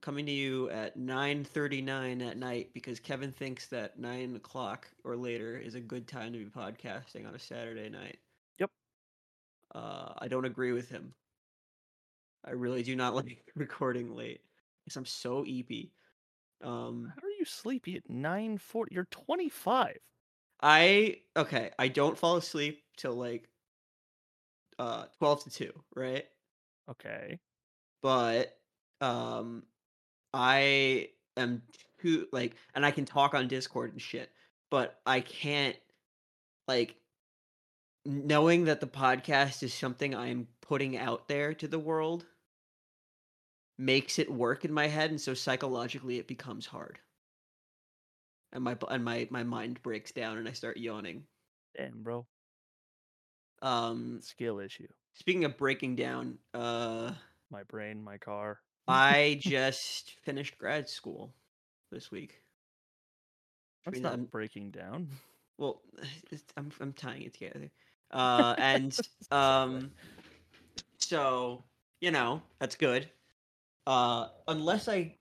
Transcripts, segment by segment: coming to you at 9.39 at night because kevin thinks that 9 o'clock or later is a good time to be podcasting on a saturday night Yep. uh, i don't agree with him i really do not like recording late because i'm so eepy um, How are you sleepy at 9:40? You're 25. I okay, I don't fall asleep till like uh 12 to 2, right? Okay. But um I am too like and I can talk on Discord and shit, but I can't like knowing that the podcast is something I'm putting out there to the world makes it work in my head and so psychologically it becomes hard. And my bu- and my my mind breaks down and I start yawning. Damn, bro. Um Skill issue. speaking of breaking down, uh My brain, my car. I just finished grad school this week. That's mean, not I'm- breaking down. Well, it's- I'm I'm tying it together. Uh and um so, you know, that's good. Uh unless I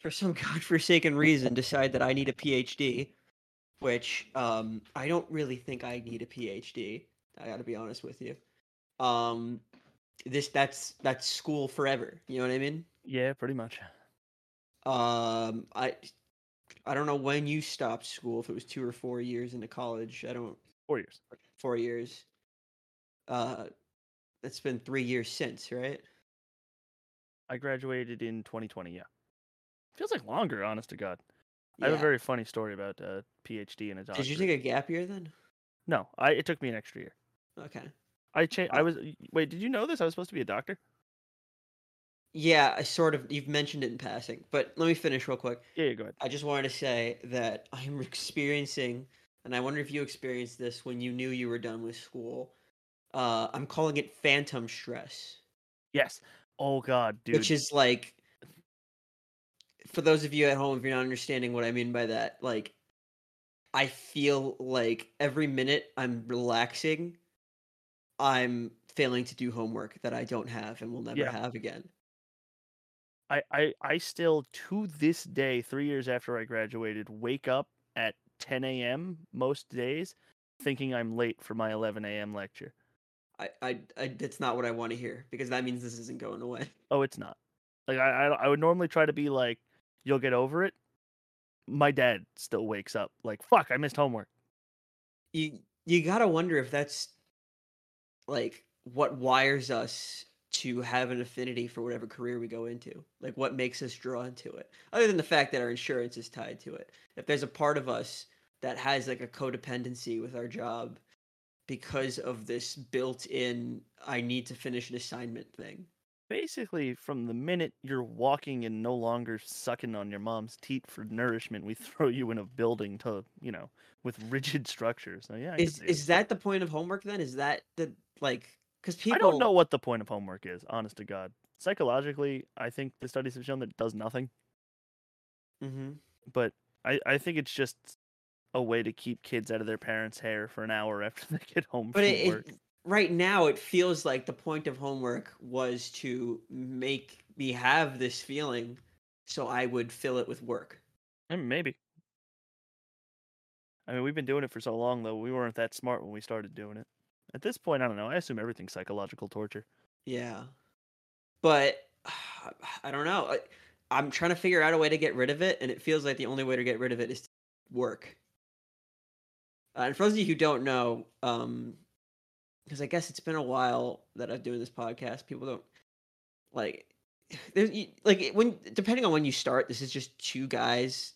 for some godforsaken reason decide that I need a PhD, which um I don't really think I need a PhD. I got to be honest with you. Um this that's that's school forever. You know what I mean? Yeah, pretty much. Um, I I don't know when you stopped school. If it was two or four years into college, I don't Four years. four years. Uh, it's been three years since, right? I graduated in 2020. Yeah. Feels like longer, honest to God. I have a very funny story about uh, a PhD and a doctorate. Did you take a gap year then? No, I, it took me an extra year. Okay. I changed. I Oh. was. y- Wait, did you know this? I was supposed to be a doctor. Yeah, I sort of. You've mentioned it in passing, but let me finish real quick. Yeah, yeah go ahead. I just wanted to say that I'm experiencing, and I wonder if you experienced this when you knew you were done with school. Uh, I'm calling it phantom stress. Yes. Oh God, dude. which is like for those of you at home if you're not understanding what i mean by that like i feel like every minute i'm relaxing i'm failing to do homework that i don't have and will never Yeah. have again I, I I still to this day, three years after I graduated, wake up at 10 a.m. most days, thinking I'm late for my 11 a.m. lecture. i i, I that's not what i want to hear because that means this isn't going away Oh, it's not. Like I I, I would normally try to be like, you'll get over it. My dad still wakes up like, fuck, I missed homework. you you gotta wonder if that's like what wires us to have an affinity for whatever career we go into like what makes us drawn to it other than the fact that our insurance is tied to it if there's a part of us that has like a codependency with our job because of this built-in i need to finish an assignment thing Basically, from the minute you're walking and no longer sucking on your mom's teat for nourishment, we throw you in a building to, you know, with rigid structures. So yeah, I can is see it. is that the point of homework then is that the like because people I don't know what the point of homework is, honest to God. Psychologically, I think the studies have shown that it does nothing, Mhm. but I, I think it's just a way to keep kids out of their parents' hair for an hour after they get home But from it, work. it, right now, it feels like the point of homework was to make me have this feeling, so I would fill it with work. I mean, maybe. I mean, we've been doing it for so long, though, we weren't that smart when we started doing it. At this point, I don't know. I assume everything's psychological torture. Yeah, but I don't know. I, I'm trying to figure out a way to get rid of it, and it feels like the only way to get rid of it is to work. Uh, and for those of you who don't know, um, because I guess it's been a while that I've doing this podcast, people don't like there's you- like it- when depending on when you start, this is just two guys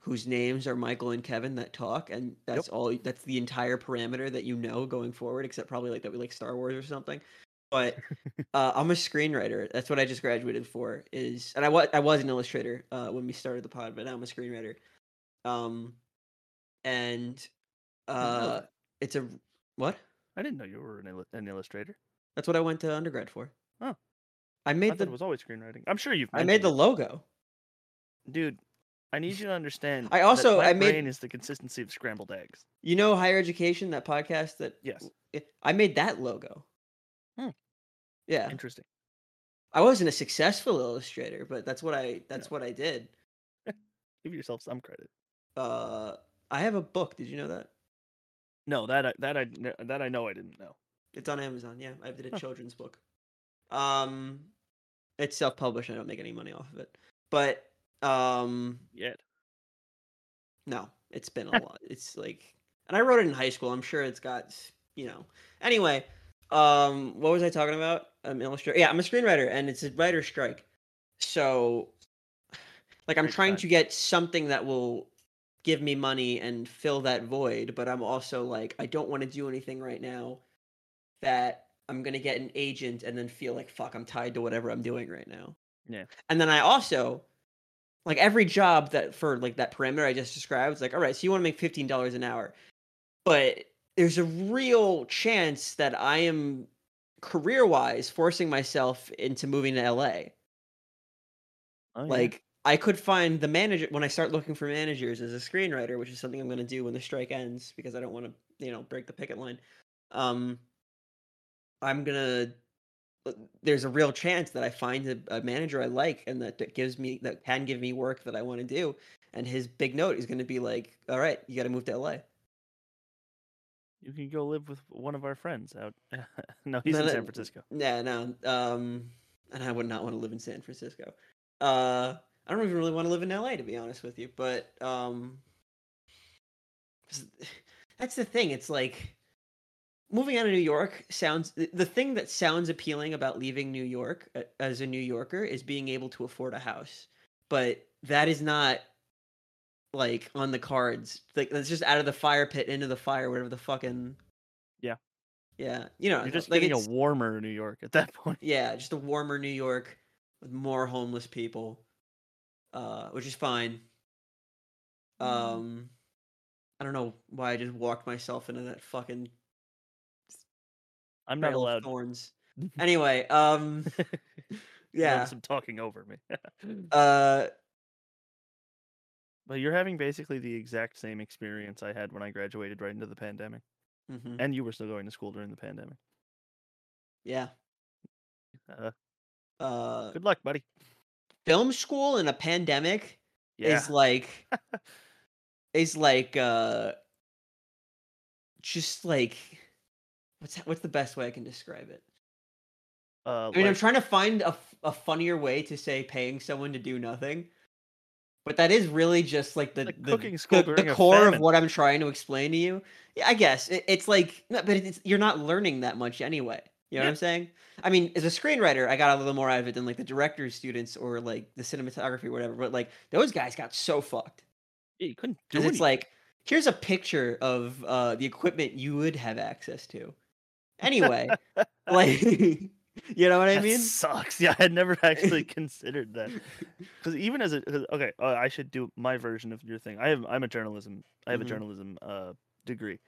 whose names are Michael and Kevin that talk, and that's all. That's the entire parameter that you know going forward, except probably like that we like Star Wars or something. But uh, I'm a screenwriter. That's what I just graduated for. Is and I was I was an illustrator uh, when we started the pod, but now I'm a screenwriter. Um, and didn't know uh, that. it's a what? I didn't know you were an, illu- an illustrator. That's what I went to undergrad for. Oh. I I made thought the it was always screenwriting. I'm sure you've. I made the mentioned logo. it. dude. I need you to understand. I that also- my I made- brain is the consistency of scrambled eggs. You know higher education that podcast that Yes. I made that logo. Hmm. Yeah. Interesting. I wasn't a successful illustrator, but that's what I that's what I did. Give yourself some credit. Uh, I have a book. Did you know that? No, that I, that I kn- that I know I didn't know. It's on Amazon. Yeah, I did Huh. a children's book. Um, it's self-published. I don't make any money off of it. But um, Yet no, it's been a lot. It's like, and I wrote it in high school. I'm sure it's got s- you know. Anyway, um, what was I talking about? I'm illustrator. Yeah, I'm a screenwriter, and it's a writer strike. So, like, I'm Great trying time. to get something that will give me money and fill that void. But I'm also like, I don't want to do anything right now that I'm gonna get an agent and then feel like fuck, I'm tied to whatever I'm doing right now. Yeah. And then I also like every job that for like that parameter I just described, it's like, all right, so you want to make fifteen dollars an hour. But there's a real chance that I am career wise forcing myself into moving to LA. Oh, yeah. Like I could find the manager when I start looking for managers as a screenwriter, which is something I'm going to do when the strike ends because I don't want to, you know, break the picket line. Um, I'm gonna. uh, There's a real chance that I find a, a manager I like and that, that gives me that can give me work that I want to do. And his big note is going to be like, "All right, you got to move to LA." you can go live with one of our friends out. no, he's No, in no, San Francisco. Yeah, no. Um, and I would not want to live in San Francisco. Uh, I don't even really want to live in LA, to be honest with you. But um, s- that's the thing. It's like moving out of New York sounds. th- The thing that sounds appealing about leaving New York uh, as a New Yorker is being able to afford a house, but that is not like on the cards. Like that's just out of the fire pit into the fire, whatever the fucking. Yeah. Yeah, you know, You're just like getting it's- a warmer New York at that point. yeah, just a warmer New York with more homeless people, uh, which is fine. Mm. Um, I don't know why I just walked myself into that fucking I'm not barrel of allowed. thorns. Anyway, um, You have yeah, some talking over me. uh, but you're having basically the exact same experience I had when I graduated right into the pandemic, mhm, and you were still going to school during the pandemic. yeah, Uh, uh, good luck, buddy. film school in a pandemic Yeah, is like is like uh, just like what's what's the best way I can describe it? uh, I mean, I'm like- trying to find a, f- a funnier way to say paying someone to do nothing, but that is really just like the like the, cooking school the, during the a core of famine. what I'm trying to explain to you. Yeah, I guess it, it's like, no, but it's, you're not learning that much anyway. You know what Yeah. I'm saying? I mean, as a screenwriter, I got a little more out of it than like the director's students or like the cinematography or whatever. But like those guys got so fucked Yeah, you couldn't do because it's anything. like here's a picture of uh, the equipment you would have access to. Anyway, like you know what I That mean? sucks. Yeah, I had never actually considered that. Because even as a 'cause- okay, uh, I should do my version of your thing. I have I'm a journalism. I have Mhm. a journalism uh, degree,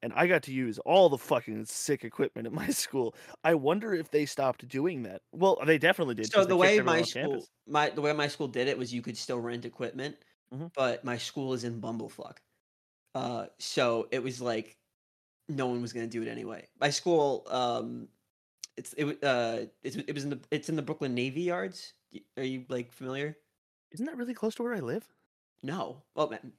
and I got to use all the fucking sick equipment at my school. I wonder if they stopped doing that. Well, they definitely did. So 'cause they the kicked way everyone my off school, campus. my the way my school did it was you could still rent equipment, Mhm. but my school is in Bumblefuck, uh, so it was like no one was gonna do it anyway. My school, um, it's it w- uh, it's, it was in the it's in the Brooklyn Navy Yards. Y- Are you like familiar? isn't that really close to where I live? No, oh man,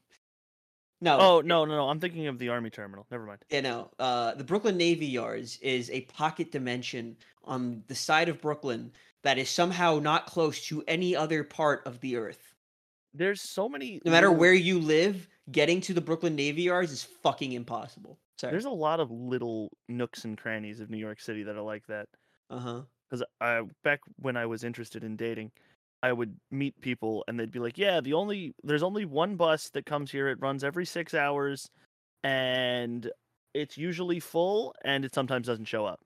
no, Oh no, no, no! I'm thinking of the army terminal. Never mind. you know, uh, the Brooklyn Navy Yards is a pocket dimension on the side of Brooklyn that is somehow not close to any other part of the earth. There's so many. no matter little- where you live, getting to the Brooklyn Navy Yards is fucking impossible. Sorry. There's a lot of little nooks and crannies of New York City that are like that. Uh huh. because I back when I was interested in dating, I would meet people and they'd be like, "Yeah, the only there's only one bus that comes here. It runs every six hours, and it's usually full, and it sometimes doesn't show up."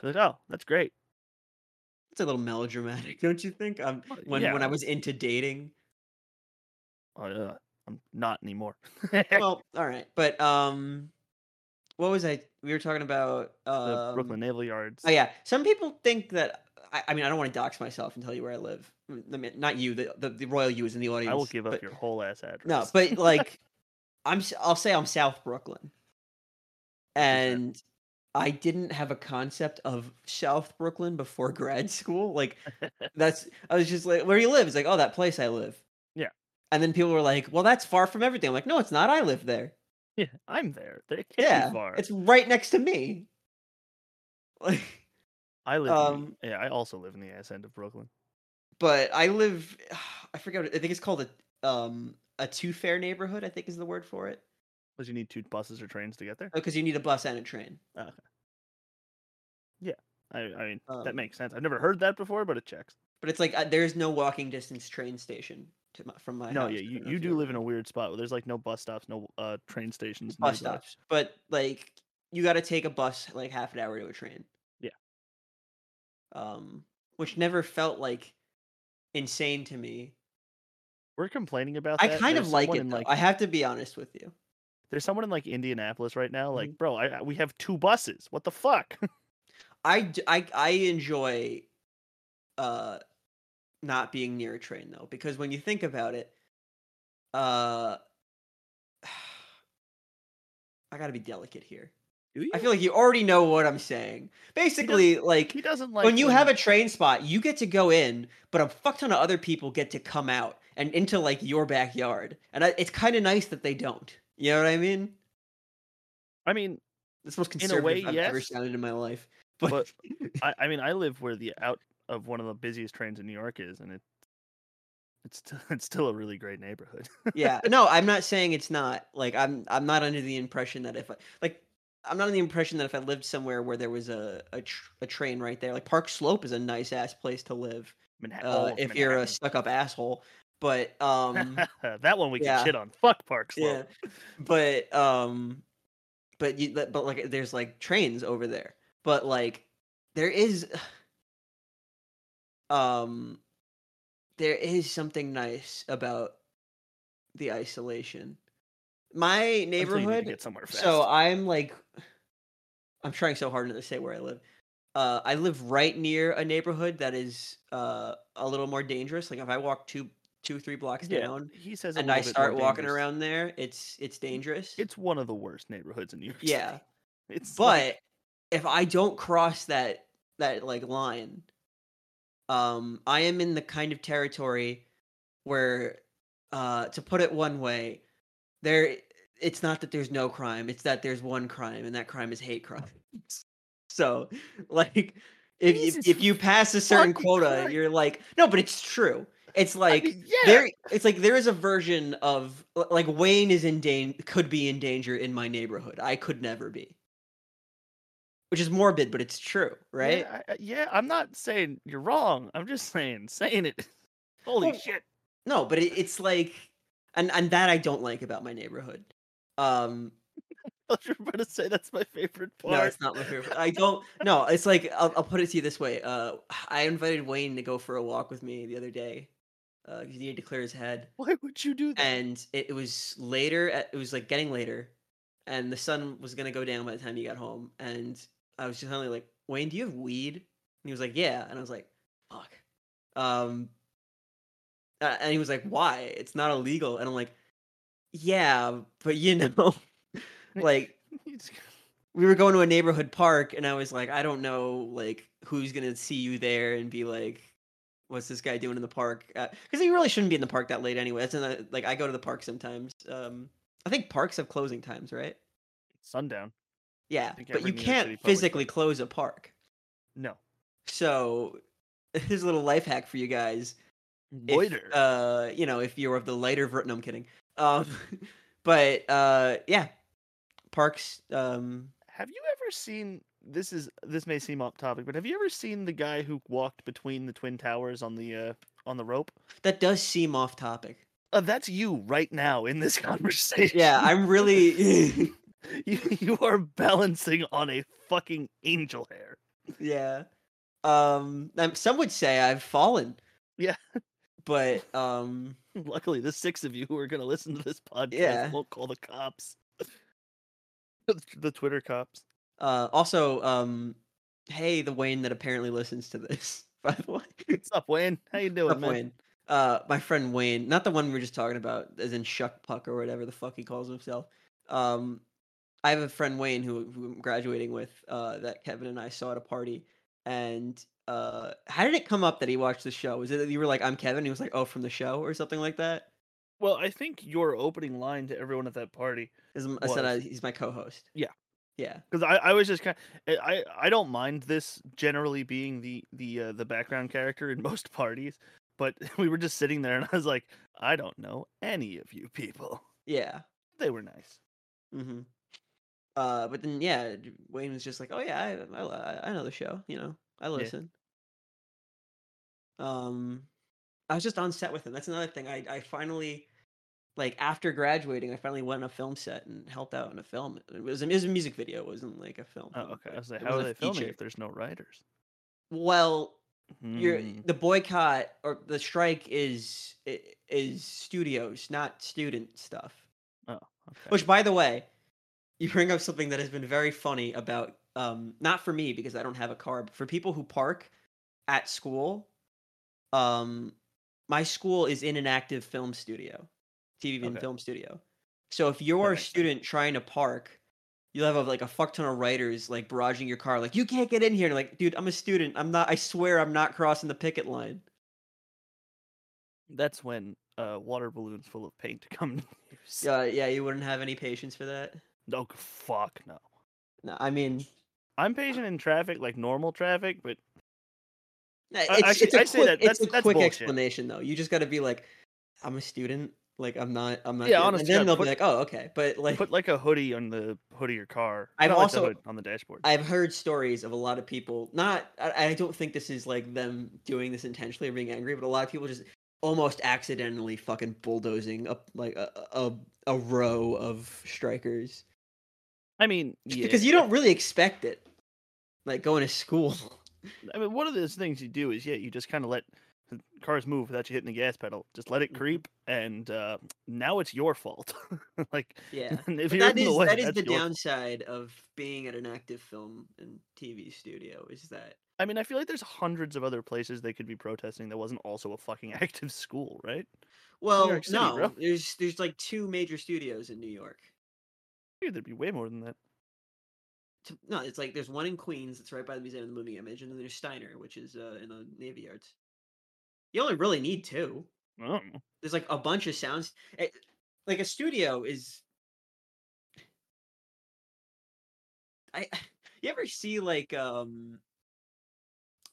Be like, "Oh, that's great." It's a little melodramatic, don't you think? Um, Well, when when yeah. I was into dating. Oh, yeah, I'm not anymore. Well, all right, but um, what was I? We were talking about the um, Brooklyn Naval Yards. Oh yeah, some people think that. I, I mean, I don't want to dox myself and tell you where I live. Mm, I mean, not you. The, the the royal you is in the audience. I will give up but- your whole ass address. No, but like, I'm. s- I'll say I'm South Brooklyn. Which is that? And I didn't have a concept of South Brooklyn before grad school. Like that's I was just like, where do you live? It's like, oh, that place I live. Yeah. And then people were like, well, that's far from everything. I'm like, no, it's not. I live there. Yeah, I'm there. It can't Yeah. be far. It's right next to me. Like I live. um, in, the- yeah, I also live in the ass end of Brooklyn. but I live I forget what, I think it's called a um a two fare neighborhood, I think is the word for it. Because you need two buses or trains to get there. Because you need a bus and a train. I, I mean, that Um, makes sense. I've never heard that before, but it checks. But it's like uh, there's no walking distance train station to my, from my No, house. yeah, I you, don't know you if do ever- live in a weird spot where there's like no bus stops, no uh train stations, bus nearby. stops, but like you got to take a bus like half an hour to a train. Yeah. Um, which never felt like insane to me. We're complaining about. I that. kind of There's like someone it. in, though. like I have to be honest with you. there's someone in like Indianapolis right now. Mm-hmm. Like, bro, I, I- we have two buses. What the fuck? I d- I I enjoy uh not being near a train though because when you think about it uh I got to be delicate here. I feel like you already know what I'm saying. Basically like he doesn't like when you have a train spot, you get to go in, but a fuck ton of other people get to come out and into like your backyard, and I, it's kind of nice that they don't. You know what I mean? I mean, That's the most In a conservative way, I've ever yes, sounded in my life. But, but- I, I mean, I live where the out of one of the busiest trains in New York is, and it it's still, it's still a really great neighborhood. yeah, no, I'm not saying it's not. Like I'm, I'm not under the impression that if I, like, I'm not under the impression that if I lived somewhere where there was a a, tr- a train right there, like Park Slope is a nice ass place to live Manha- all uh, of if you're a Manhattan. stuck up asshole. But um. that one we can yeah. shit on. Fuck Park Slope. but um but you but but, like there's like trains over there but like there is um there is something nice about the isolation my Until you need to neighborhood get somewhere fast. so i'm like i'm trying so hard not to say where i live uh i live right near a neighborhood that is uh a little more dangerous like if i walk two two three blocks down he says, a and little I bit more start walking dangerous. Mm. around there, it's it's dangerous. It's one of the worst neighborhoods in New York. City. yeah, it's but like- if I don't cross that that like line, um, I am in the kind of territory where, uh, to put it one way, there it's not that there's no crime; it's that there's one crime, and that crime is hate crime. so, like. If, Jesus if, if you pass a certain fucking quota, Christ. you're like, no, but it's true. It's I like mean, yeah, there it's like there is a version of l- like Wayne is in danger could be in danger in my neighborhood. I could never be. Which is morbid, but it's true, right? Yeah, I, I- yeah, I'm not saying you're wrong. I'm just saying saying it. Holy Well, shit! No, but it, it's like and and that I don't like about my neighborhood. Um I was about to say that's my favorite part. no, it's not my favorite. I don't no, it's like I'll, I'll put it to you this way. Uh I invited Wayne to go for a walk with me the other day. Uh 'cause he needed to clear his head. Why would you do that? and it, it was later at, it was like getting later and the sun was going to go down by the time you got home and i was just suddenly like wayne do you have weed and he was like yeah and i was like fuck um uh, and he was like why it's not illegal and i'm like yeah but you know like He's- we were going to a neighborhood park and i was like i don't know like who's gonna see you there and be like what's this guy doing in the park because you really shouldn't be in the park that late anyway that's another like i go to the park sometimes um i think parks have closing times right sundown. yeah think but every you New York City can't public physically close a park No, so here's a little life hack for you guys if, loiter. uh you know if you're of the lighter ver- no i'm kidding um but uh yeah parks um have you ever seen? This is this may seem off topic, but have you ever seen the guy who walked between the twin towers on the uh, on the rope? that does seem off topic Uh, that's you right now in this conversation. Yeah, I'm really. you, you are balancing on a fucking angel hair. yeah. Um, um, some would say I've fallen. Yeah. But um, Luckily, the six of you who are going to listen to this podcast Yeah. won't call the cops. The- the Twitter cops. uh, also um, hey, the Wayne that apparently listens to this. By the way, What's up, Wayne? How you doing, Up, man? Wayne. Uh, my friend Wayne, not the one we were just talking about, as in Shuck Puck or whatever the fuck he calls himself. Um, I have a friend Wayne who, who I'm graduating with uh, that Kevin and I saw at a party, and uh, how did it come up that he watched the show? Was it that you were like, "I'm Kevin"? He was like, "Oh, from the show" or something like that. Well, I think your opening line to everyone at that party, 'Cause I'm- I said Was. I, he's my co-host. Yeah. yeah. because I, I was just kind, I I don't mind this generally being the the uh, the background character in most parties, but we were just sitting there and I was like, I don't know any of you people. Yeah. They were nice. Mm-hmm. hmm Uh, but then yeah, d- Wayne was just like, "Oh yeah, I I, li- I know the show. You know, I listen." Um, I was just on set with him. That's another thing. I I finally, like after graduating, I finally went on a film set and helped out in a film. It was a, it was a music video. It wasn't like a film. Oh, film, okay. but I was like, Mm-hmm. it how are wasn't they a filming feature. if there's no writers? Well, you're Hmm. the boycott or the strike is i- is studios, not student stuff. Okay. Which, by the way, you bring up something that has been very funny about um, not for me because I don't have a car, but for people who park at school. Um, my school is in an active film studio, TV and Okay. film studio. So if you're a makes sense. student trying to park, you'll have like a fuck ton of writers like barraging your car, like you can't get in here. And you're like, dude, I'm a student. I'm not. I swear, I'm not crossing the picket line. That's when uh, water balloons full of paint come to use. Uh, yeah, you wouldn't have any patience for that. No, g- fuck no. No, I mean, I'm patient in traffic, like normal traffic, but No, It's, actually, it's a I say quick, that- it's that's- a that's quick bullshit. explanation though. You just got to be like, I'm a student. Like I'm not. I'm not. Yeah, doing-" honest And to then God, they'll put- be like, oh, okay. But like, put like a hoodie on the hood of your car. I've Not like the also- hood, on the dashboard. I've heard stories of a lot of people. Not. I, I don't think this is like them doing this intentionally or being angry, but a lot of people just almost accidentally fucking bulldozing up like a a, a row of strikers I mean, Just yeah, because you don't really expect it. Like going to school. I mean, one of those things you do is yeah, you just kind of let the cars move without you hitting the gas pedal. Just let it Mhm. creep, and uh, now it's your fault. like Yeah. if But you're that in is the way, that is that's the your fault. downside of being at an active film and TV studio is that I mean, I feel like there's hundreds of other places they could be protesting that wasn't also a fucking active school, right? well York City, no bro. there's there's like two major studios in New York. Dude, there'd be way more than that. T- No, it's like there's one in Queens that's right by the Museum of the Moving Image, and then there's Steiner, which is uh, in the Navy Yards. You only really need two. I don't know. There's like a bunch of sounds. it- like a studio is. I you ever see like um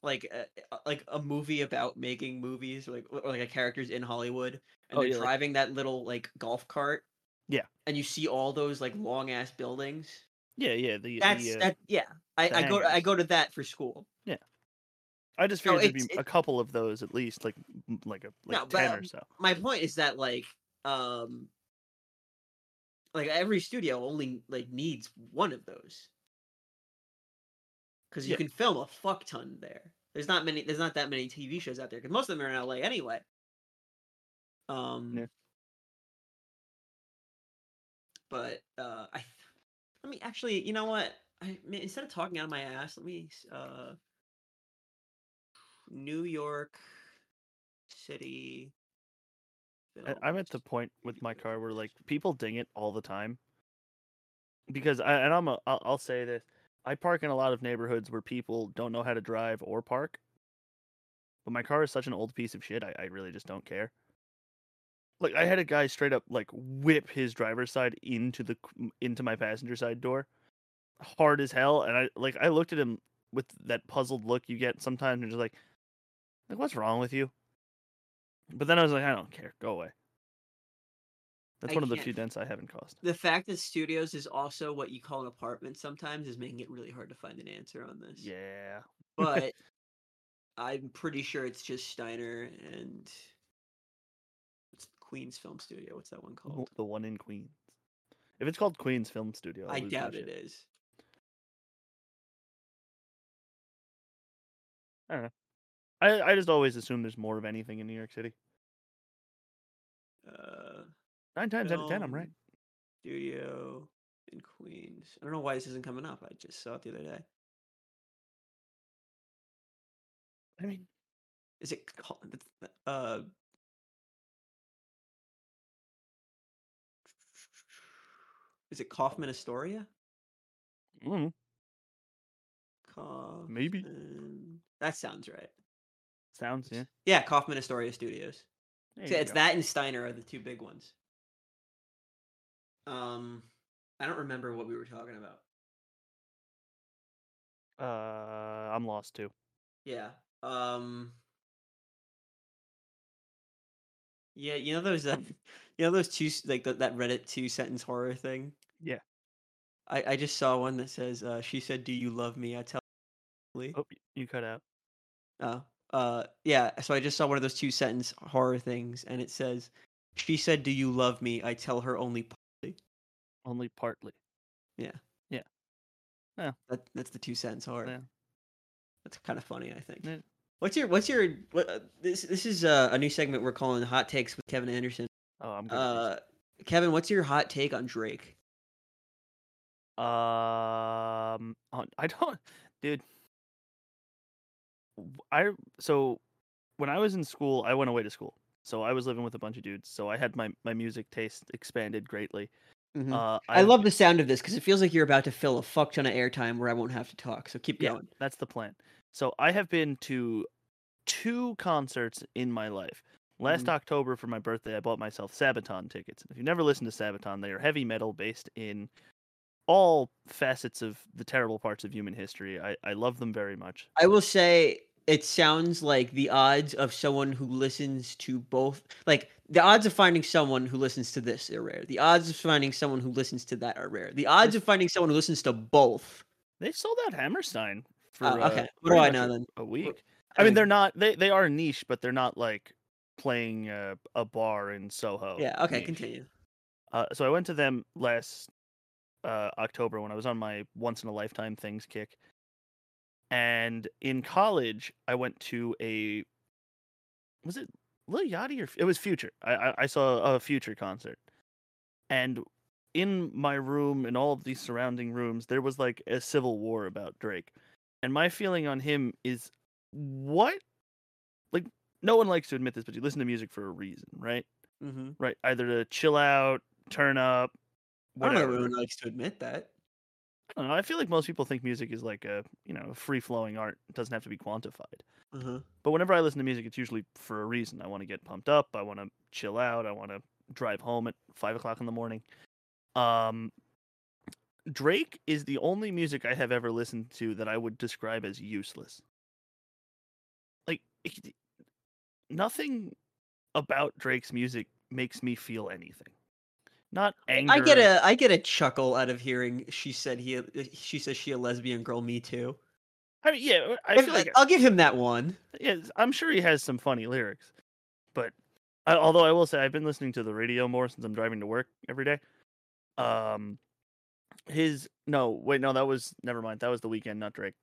like a, a- like a movie about making movies or like or like a character's in Hollywood and Oh, they're yeah, like- driving that little like golf cart. Yeah. And you see all those like long ass buildings. Yeah, yeah. The, That's the, uh, that yeah. I, the I go to, I hangars. go to that for school. I just no, figured there'd be it's- it- a couple of those at least, like m- like a like No, but, ten um, or so. my point is that like um like every studio only like needs one of those because you Yeah. can film a fuck ton there there's not many there's not that many tv shows out there because most of them are in la anyway um Yeah. but uh i th- let me actually you know what i ma- instead of talking out of my ass let me s- uh new york city I- I'm at the films. point with my car where like people ding it all the time because I and I'm a I'll, I'll say this I park in a lot of neighborhoods where people don't know how to drive or park, but my car is such an old piece of shit. I, I really just don't care. Like I had a guy straight up like whip his driver's side into the c- into my passenger side door, hard as hell, and I like I looked at him with that puzzled look you get sometimes and just like like what's wrong with you? But then I was like I don't care, go away. That's I one of the can't- few dents I haven't caused. the fact that studios is also what you call an apartment sometimes is making it really hard to find an answer on this. Yeah. But I'm pretty sure it's just Steiner and it's Queen's Film Studio. What's that one w- called? The one in Queens. If it's called Queens Film Studio, I lose my doubt shit. it is. I, I just always assume there's more of anything in New York City. Uh, Nine times out of ten, I'm right. film Studio in Queens. I don't know why this isn't coming up. I just saw it the other day. I mean, Is it called? it's- Uh, is it Kaufman Astoria? Mm, Kaufman. maybe That sounds right. sounds yeah. Yeah, Kaufman Astoria Studios. There So you it's go. that and Steiner are the two big ones. Um, I don't remember what we were talking about. Uh, I'm lost too. Yeah. Um. Yeah, you know those, uh, you know those two s- like the, that Reddit two sentence horror thing. Yeah. I I just saw one that says, uh, "She said, do you love me?" I tell. you." Oh, y- you cut out. Oh, uh, yeah. So I just saw one of those two sentence horror things, and it says, "She said, do you love me?" I tell her only. p-" Only partly. That, that's the two sentence horror. Yeah. That's kind of funny, I think. Yeah. What's your What's your what, uh, this This is uh, a new segment we're calling Hot Takes with Kevin Anderson. Oh, I'm good. at Uh, Kevin, what's your hot take on Drake? these. Um, on- I don't, dude. W- I so when I was in school, I went away to school, so I was living with a bunch of dudes. So I had my my music taste expanded greatly. Uh, Mm-hmm. I I've- love the sound of this because it feels like you're about to fill a fuck ton of airtime where I won't have to talk. So keep Yeah. going. That's the plan. So I have been to two concerts in my life. Last Mhm. October for my birthday, I bought myself Sabaton tickets. If you've never listened to Sabaton, they are heavy metal based in all facets of the terrible parts of human history. I, I love them very much. I will say it sounds like the odds of someone who listens to both, like the odds of finding someone who listens to this are rare. The odds of finding someone who listens to that are rare. The odds of finding someone who listens to both. They sold out Hammerstein for Oh, uh, okay. What do pretty I much know a- then? a week. I mean, mean- they're not they they are niche, but they're not like playing uh, a bar in Soho. Yeah. Okay. niche. Continue. Uh, so I went to them last uh, October when I was on my once in a lifetime things kick. And in college, I went to a was it Lil Yachty or F- it was Future. I I, I saw a Future concert, and in my room and all of these surrounding rooms, there was like a civil war about Drake, and my feeling on him is what like no one likes to admit this, but you listen to music for a reason, right? Mm-hmm. Right, either to chill out, turn up, I don't know if whatever. everyone likes to admit that. I don't know. I feel like most people think music is like a you know free flowing art. It doesn't have to be quantified. Uh-huh. But whenever I listen to music, it's usually for a reason. I want to get pumped up. I want to chill out. I want to drive home at five o'clock in the morning. Um, Drake is the only music I have ever listened to that I would describe as useless. Like it- nothing about Drake's music makes me feel anything. Not anger. I get a I get a chuckle out of hearing she said he a- she says she a lesbian girl me too. I mean, yeah, I I feel like will give him that one. yeah, I'm sure he has some funny lyrics, but I, although I will say I've been listening to the radio more since I'm driving to work every day. Um, his no, wait, no, that was never mind. That was the weekend, not Drake.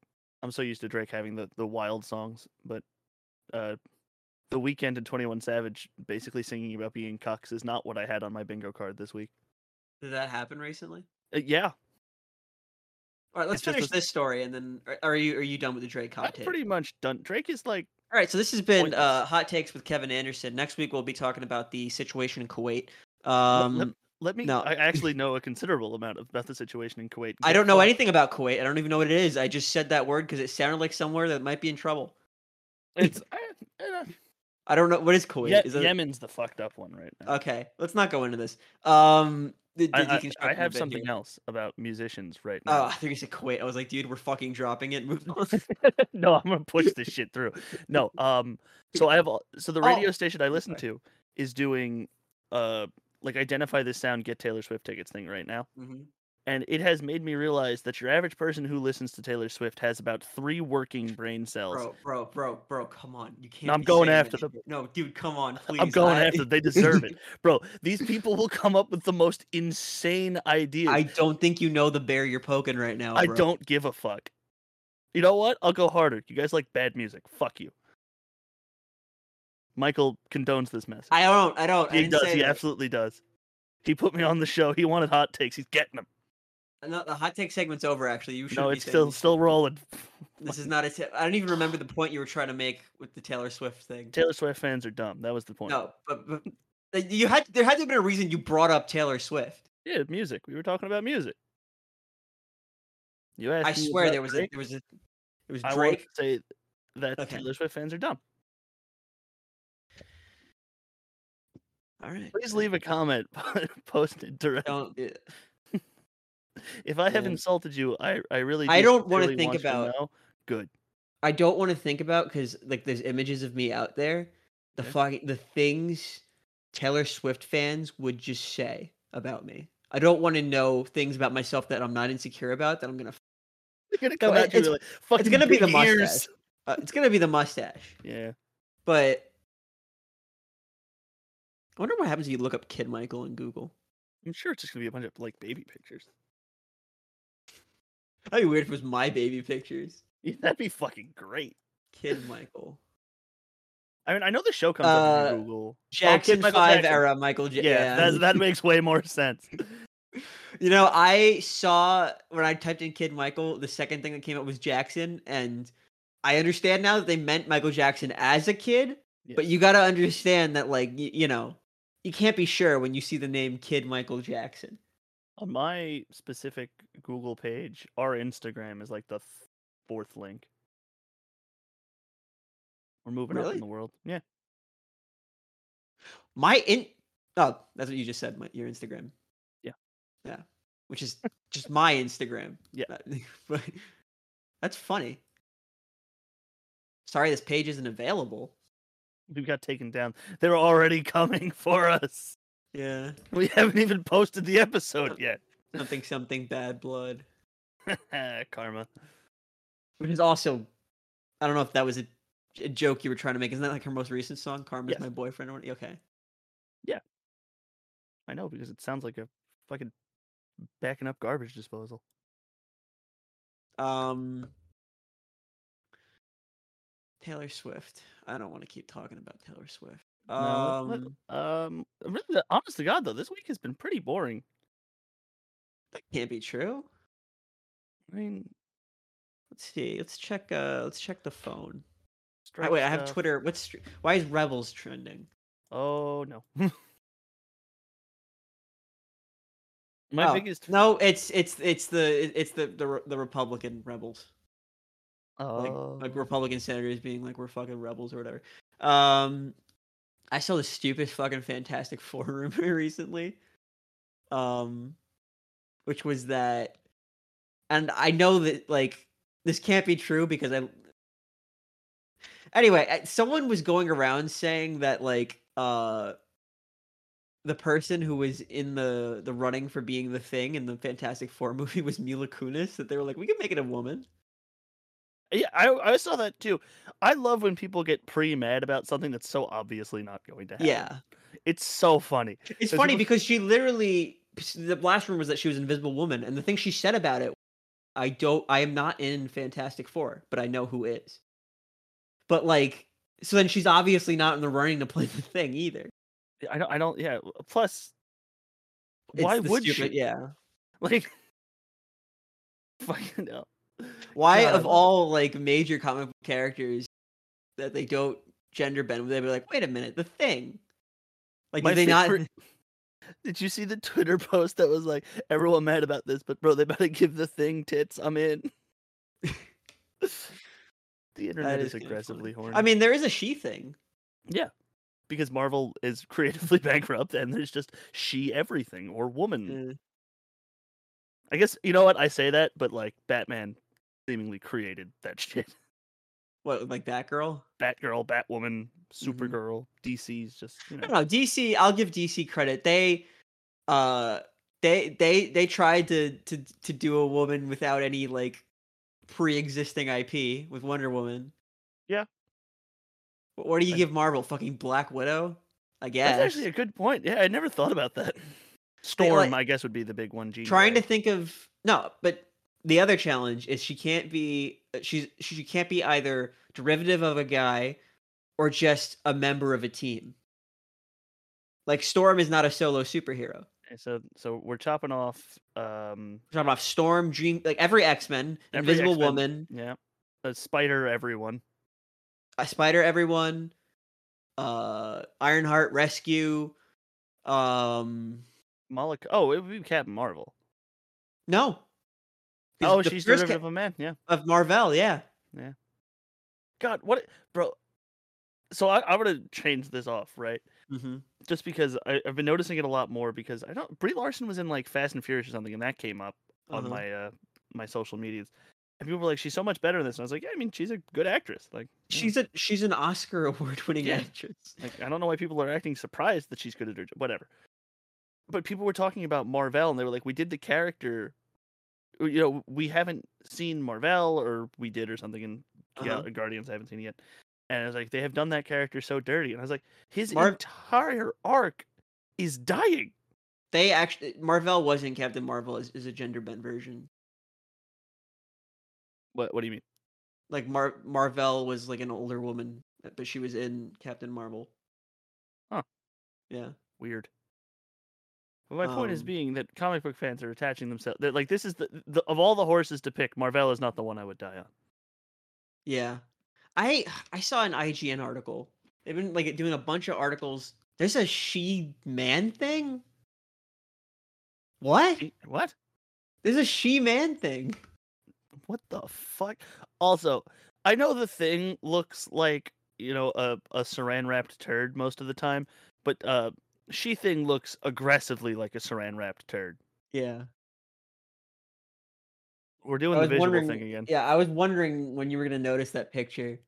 I'm so used to Drake having the the wild songs, but uh, the weekend and 21 Savage basically singing about being cucks is not what I had on my bingo card this week. Did that happen recently? Uh, yeah, All right, let's It's just finish a- this story and then are- are you are you done with the Drake I'm hot take? pretty much done. Drake is like All right, so this has been Pointless. uh, hot takes with Kevin Anderson. Next week we'll be talking about the situation in Kuwait. let- Um, let, let me. no. I actually know a considerable amount about the situation in Kuwait. I Get don't know fucked. anything about Kuwait. I don't even know what it is. I just said that word because it sounded like somewhere that might be in trouble. It's I, I don't- I don't know what is Kuwait. Ye- is Uh, it, Yemen's the fucked up one right now. Okay, let's not go into this. Um, the, the I- I, deconstruction I a have bit something here. else about musicians right Oh, I now. think you said Kuwait. I was like, dude, we're fucking dropping it. Move on. no, I'm gonna push this shit through. No, um, so I have all- so the Oh, radio station I listen sorry. to is doing uh like identify this sound, get Taylor Swift tickets thing right now, Mhm. and it has made me realize that your average person who listens to Taylor Swift has about three working brain cells. Bro, bro, bro, bro, come on. You can't. I'm be going saying after that them. shit. No, dude, come on, please. I'm going I- after. them. They deserve it, bro. These people will come up with the most insane ideas. I don't think you know the bear you're poking right now. I bro. don't give a fuck. You know what? I'll go harder. You guys like bad music. Fuck you. Michael condones this message. I don't. I don't. I he didn't does. say He that. absolutely does. He put me on the show. He wanted hot takes. He's getting them. No, the hot take segment's over. Actually, you should. No, be it's saying still this. still rolling. This is not a tip. I don't even remember the point you were trying to make with the Taylor Swift thing. Taylor Swift fans are dumb. That was the point. No, but, but like, you had there had to have been a reason you brought up Taylor Swift. Yeah, music. We were talking about music. You I asked me swear about there was a Drake, there was a it was I Drake. won't say that Okay. Taylor Swift fans are dumb. All right. Please leave a comment posted direct. Don't. do- If I have yeah. insulted you, I I really I do don't wanna sincerely think want you about- know. Good. I don't want to think about because like there's images of me out there. The Okay. fucking the things Taylor Swift fans would just say about me. I don't want to know things about myself that I'm not insecure about. That I'm gonna. They're gonna No, come it- at you it's- like fucking It's gonna be big the ears." mustache. Uh, it's gonna be the mustache. Yeah. But I wonder what happens if you look up Kid Michael in Google. I'm sure it's just gonna be a bunch of like baby pictures. That'd be weird if it was my baby pictures. Yeah, that'd be fucking great. Kid Michael. Oh, I mean, I know the show comes up Uh, on Google. Oh, Jackson Michael Five Jackson. era Michael J. Yeah, That, that makes way more sense. You know, I saw when I typed in Kid Michael, the second thing that came up was Jackson, and I understand now that they meant Michael Jackson as a kid, but Yes. you got to understand that, like, y- you know, you can't be sure when you see the name Kid Michael Jackson. on my specific Google page, our Instagram is like the f- fourth link. We're moving up Really? in the world. Yeah. My in, oh, that's what you just said. My, your Instagram. Yeah. yeah, which is just my Instagram. Yeah. That- but that's funny. Sorry, this page isn't available. We got taken down. They're already coming for us. Yeah, We haven't even posted the Uh, episode yet. Ah, something, something, bad blood. Karma. which is also I don't know if that was a, a joke you were trying to make. Isn't that like her most recent song, "Karma's Yes. My Boyfriend"? Or what? Okay, I know because it sounds like a fucking backing up garbage disposal. um, Taylor Swift. I don't want to keep talking about Taylor Swift. No, Um, let- Um, really, the- honest to God though, this week has been pretty boring. that can't be true. I mean, Let's see. Let's check. Uh, let's check the phone. strike wait, I have stuff- Twitter. What's tr- why is Rebels trending? Oh no. My Oh, biggest No, it's it's it's the it's the the, re- the Republican Rebels. like, oh, like Republican senators being like we're fucking rebels or whatever. Um, I saw the stupid fucking Fantastic Four rumor recently, um, which was that, and I know that like this can't be true because I. Anyway, I- someone was going around saying that like uh, the person who was in the the running for being the thing in the Fantastic Four movie was Mila Kunis. That they were like, we can make it a woman. yeah, I I saw that too. I love when people get pre mad about something that's so obviously not going to happen. Yeah. it's so funny. It's So she funny was- because she literally the last rumor was that she was Invisible Woman, and the thing she said about it, I don't, I am not in Fantastic Four, but I know who is. But like, so then she's obviously not in the running to play the thing either. I don't. I don't. Yeah. w- Plus, It's why the would stupid- she? Yeah. Like, fucking no. Why God, I of love it. all like major comic book characters that they don't gender bend, would they be like, wait a minute, the thing? Like, My did they not? favorite- Did you see the Twitter post that was like everyone mad about this, but bro, they better give the thing tits. I'm in. the internet is, is kinda funny. aggressively horny. I mean, there is a she thing. because Marvel is creatively bankrupt and there's just she everything or woman. Yeah. I guess you know what I say that, but like Batman seemingly created that shit. What like that girl? Batgirl, Batwoman, Mm-hmm. Supergirl, DC's just you I know, don't know. DC, I'll give DC credit. They, uh, they they they tried to to to do a woman without any like pre-existing IP with Wonder Woman. Yeah. What, what do you I- give Marvel? Fucking Black Widow, I guess. That's actually a good point. Yeah, I never thought about that. Storm, like- I guess, would be the big one. Jean Trying to Grey. think of no, but the other challenge is she can't be uh, she's she can't be either derivative of a guy or just a member of a team. Like Storm is not a solo superhero. Okay, so so we're chopping off. Um, We're talking about Storm, Dream, like every X Men, Every Invisible X-Men. Woman, yeah, a spider, everyone. a Spider, everyone, uh, Ironheart, Rescue. Um, Moloch. Oh, it would be Captain Marvel. no, He's oh, the she's first derivative of man. Yeah. ca- of Marvel. Yeah. God, what, bro? So I, I'm gonna change this off, right? Mm-hmm. Just because I, I've been noticing it a lot more because I don't. Brie Larson was in like Fast and Furious or something, and that came up Uh-huh. on my uh my social medias, and people were like, "She's so much better in this," and I was like, "Yeah, I mean, she's a good actress." Like, yeah. She's a she's an Oscar award winning Yeah. actress. Like, I don't know why people are acting surprised that she's good at her job. Whatever. But people were talking about Marvel, and they were like, "We did the character, or, you know, we haven't seen Marvel, or we did, or something." And yeah, Uh-huh. Guardians, I haven't seen it yet. And I was like, "They have done that character so dirty." And I was like, "His Mar- entire arc is dying." They actually Marvel was in Captain Marvel is, is a gender bent version. What What do you mean? Like Mar Marvel was like an older woman, uh, but she was in Captain Marvel. Huh. Yeah. Weird. But my point is Um, being that comic book fans are attaching themselves. That like this is the, the of all the horses to pick, Marvel is not the one I would die on. Yeah. I I saw an IGN article. They've been like doing a bunch of articles. There's a she man thing. What? She- What? There's a she man thing. What the fuck? Also, I know the thing looks like you know a a saran wrapped turd most of the time, but uh, she thing looks aggressively like a saran wrapped turd. Yeah. We're doing I the was visual wondering- thing again. Yeah, I was wondering when you were gonna notice that picture.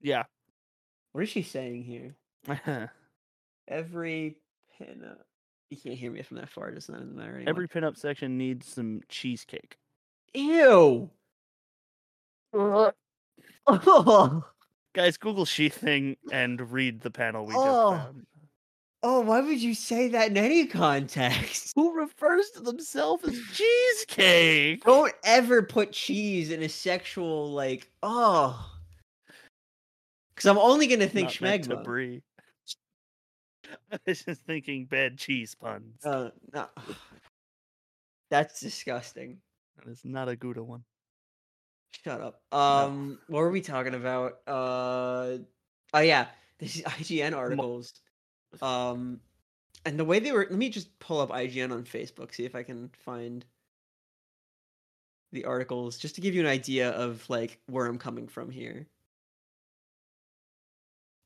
Yeah. What is she saying here? Every pin up. You can't hear me from that far. It's not in there anymore. Every pinup section needs some cheesecake. ew. Oh, Guys, Google she thing and read the panel we just Oh. found. oh, why would you say that in any context? Who refers to themselves as cheesecake? Don't ever put cheese in a sexual like. Oh, because I'm only gonna think Not meant to schmegma. Brie. I was just thinking bad cheese puns. Uh, no. That's disgusting. That is not a Gouda one. Shut up. Um, what were we talking about? Uh, oh yeah, this is IGN articles. Um, and the way they were. Let me just pull up IGN on Facebook. See if I can find the articles, just to give you an idea of like where I'm coming from here.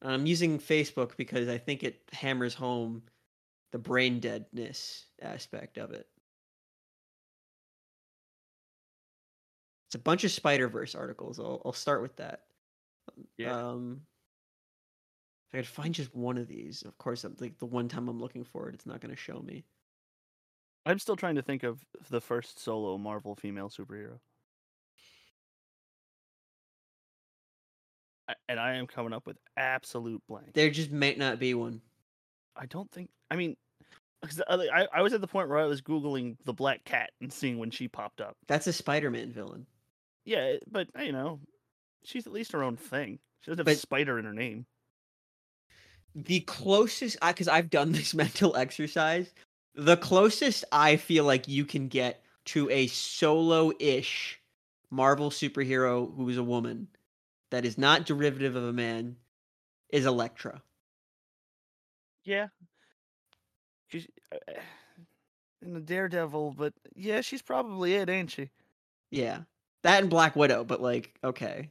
And I'm using Facebook because I think it hammers home the brain deadness aspect of it. It's a bunch of Spider Verse articles. I'll I'll start with that. Yeah. Um, if I could find just one of these, of course, I'm, like the one time I'm looking for it, it's not going to show me. I'm still trying to think of the first solo Marvel female superhero. I- And I am coming up with absolute blank. There just might not be one. I don't think. I mean, 'cause the other- I, I was at the point where I was googling the Black Cat and seeing when she popped up. That's a Spider Man villain. Yeah, but you know, she's at least her own thing. She doesn't have But- spider in her name. The closest, because I've done this mental exercise, the closest I feel like you can get to a solo ish Marvel superhero who is a woman that is not derivative of a man is Elektra. Yeah. She's uh, in the Daredevil, but yeah, she's probably it, ain't she? Yeah. That and Black Widow, but like, okay.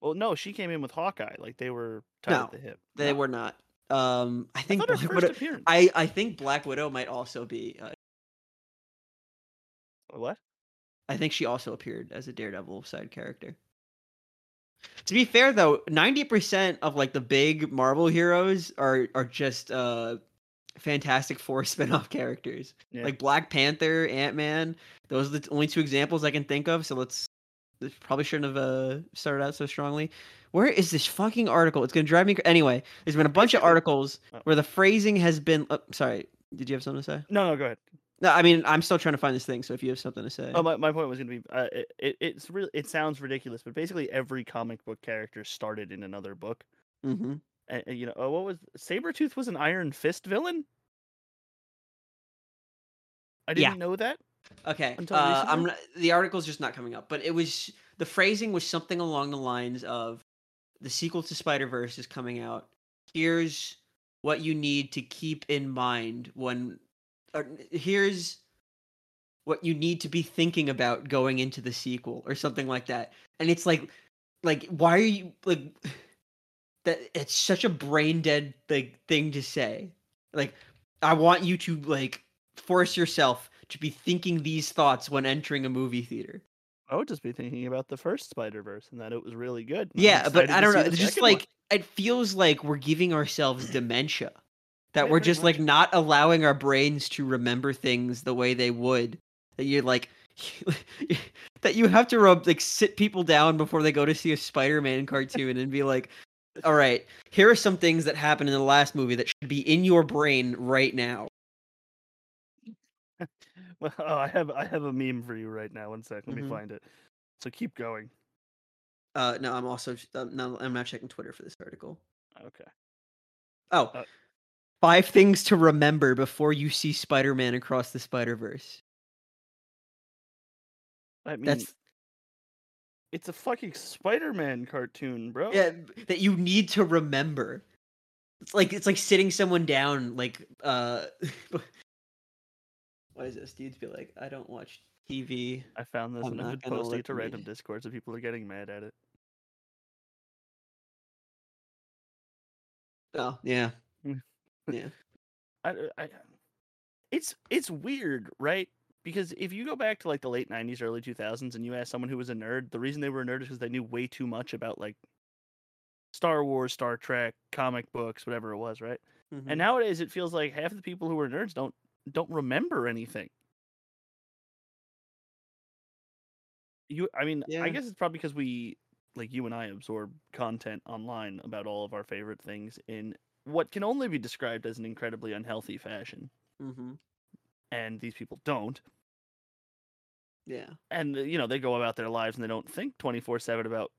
Well, no, she came in with Hawkeye. Like they were tied at No, the hip. They No. were not. Um, I I think thought her Black first Widow. appearance. I, I think Black Widow might also be. Uh, Oh, what? I think she also appeared as a Daredevil side character. To be fair, though, ninety percent of like the big Marvel heroes are are just uh, Fantastic Four spin-off characters, Yeah. like Black Panther, Ant Man. Those are the only two examples I can think of. So let's. This probably shouldn't have uh, started out so strongly. Where is this fucking article? It's gonna drive me. Cra- anyway, there's been a bunch of Basically- articles Oh. where the phrasing has been. Uh, sorry, did you have something to say? No, no, go ahead. No, I mean I'm still trying to find this thing. So if you have something to say, Oh, my, my point was going to be uh, it, it, it's real it sounds ridiculous, but basically every comic book character started in another book. mm-hmm. And, and, you know, uh, what was Sabretooth was an Iron Fist villain? I Yeah. didn't know that. Okay. Until Uh, I'm recently? not- the article's just not coming up, but it was the phrasing was something along the lines of the sequel to Spider Verse is coming out. Here's what you need to keep in mind when, or here's what you need to be thinking about going into the sequel or something like that. And it's like like why are you like that it's such a brain dead like thing to say. Like I want you to like force yourself to be thinking these thoughts when entering a movie theater. I would just be thinking about the first Spider Verse and that it was really good. and I'm Yeah, but excited I to don't see know. the It's just second one. like it feels like we're giving ourselves dementia. That Yeah, we're pretty just like not allowing our brains to remember things the way they would. That you're like that you have to rub like sit people down before they go to see a Spider-Man cartoon and be like, "All right, here are some things that happened in the last movie that should be in your brain right now." Well, oh, I have I have a meme for you right now. One sec, let Mhm. me find it. So keep going. Uh, no, I'm also um, no, I'm not checking Twitter for this article. Okay. Oh, Uh, five things to remember before you see Spider-Man across the Spider-Verse. I mean, That's it's a fucking Spider-Man cartoon, bro. yeah, b- that you need to remember. It's like it's like sitting someone down like uh Why does this dude be like I don't watch TV. I found this I'm and I not could gonna post let it to me- random discords and people are getting mad at it. Oh, yeah. I, uh, I, it's it's weird, right? Because if you go back to like the late '90s, early 2000s, and you ask someone who was a nerd, the reason they were a nerd is because they knew way too much about like Star Wars, Star Trek, comic books, whatever it was, right? And nowadays, it feels like half the people who are nerds don't don't remember anything. You, I mean, Yeah. I guess it's probably because we, like you and I, absorb content online about all of our favorite things in what can only be described as an incredibly unhealthy fashion, hmm and these people don't. Yeah. And uh, you know, they go about their lives and they don't think twenty four seven about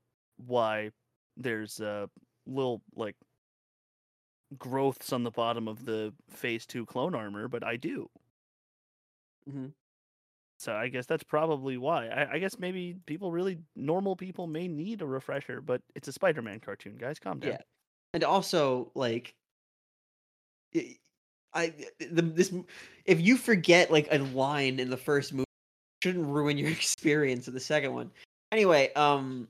why there's uh, little like growths on the bottom of the phase two clone armor, but I do. Mhm. So I guess that's probably why. I, I guess maybe people really normal people may need a refresher, but it's a Spider-Man cartoon, guys. Calm down. Yeah. and also like i I- the, this m- if you forget like a line in the first movie it shouldn't ruin your experience of the second one anyway um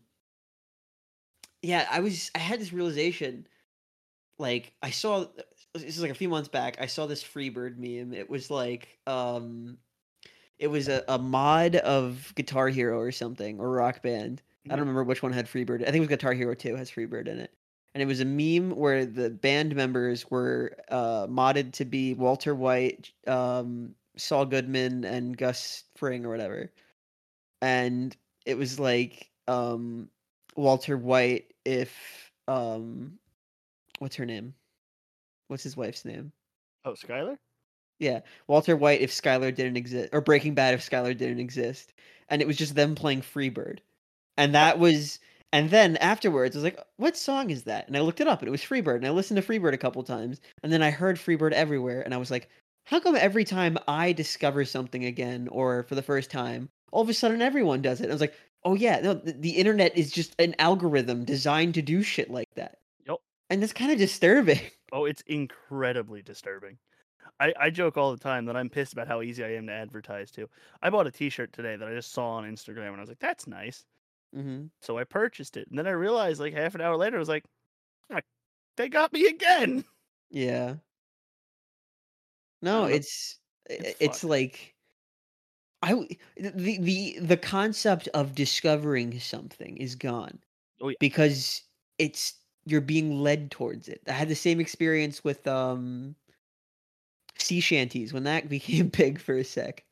yeah i was i had this realization like i saw this is like a few months back i saw this freebird meme it was like um it was a, a mod of guitar hero or something or rock band I Mhm. don't remember which one had Freebird. I think it was Guitar Hero 2 has Freebird in it. And it was a meme where the band members were uh, modded to be Walter White, um, Saul Goodman, and Gus Fring or whatever. And it was like um, Walter White if um, what's her name? What's his wife's name? Oh, Skylar. Walter White if Skylar didn't exist, or Breaking Bad if Skylar didn't exist, and it was just them playing Freebird, and that was. And then afterwards, I was like, "What song is that?" And I looked it up, and it was Freebird. And I listened to Freebird a couple times, and then I heard Freebird everywhere, and I was like, "How come every time I discover something again, or for the first time, all of a sudden everyone does it?" And I was like, "Oh yeah, no, the, the internet is just an algorithm designed to do shit like that." Yep. And that's kind of disturbing. Oh, it's incredibly disturbing. I, I joke all the time that I'm pissed about how easy I am to advertise to. I bought a T-shirt today that I just saw on Instagram, and I was like, "That's nice." hmm So I purchased it, and then I realized like half an hour later, I was like, "Fuck, "They got me again." Yeah. No, don't know. it's i- It's it's, like I w- the the the concept of discovering something is gone. Oh, yeah. Because it's you're being led towards it. I had the same experience with um sea shanties when that became big for a sec.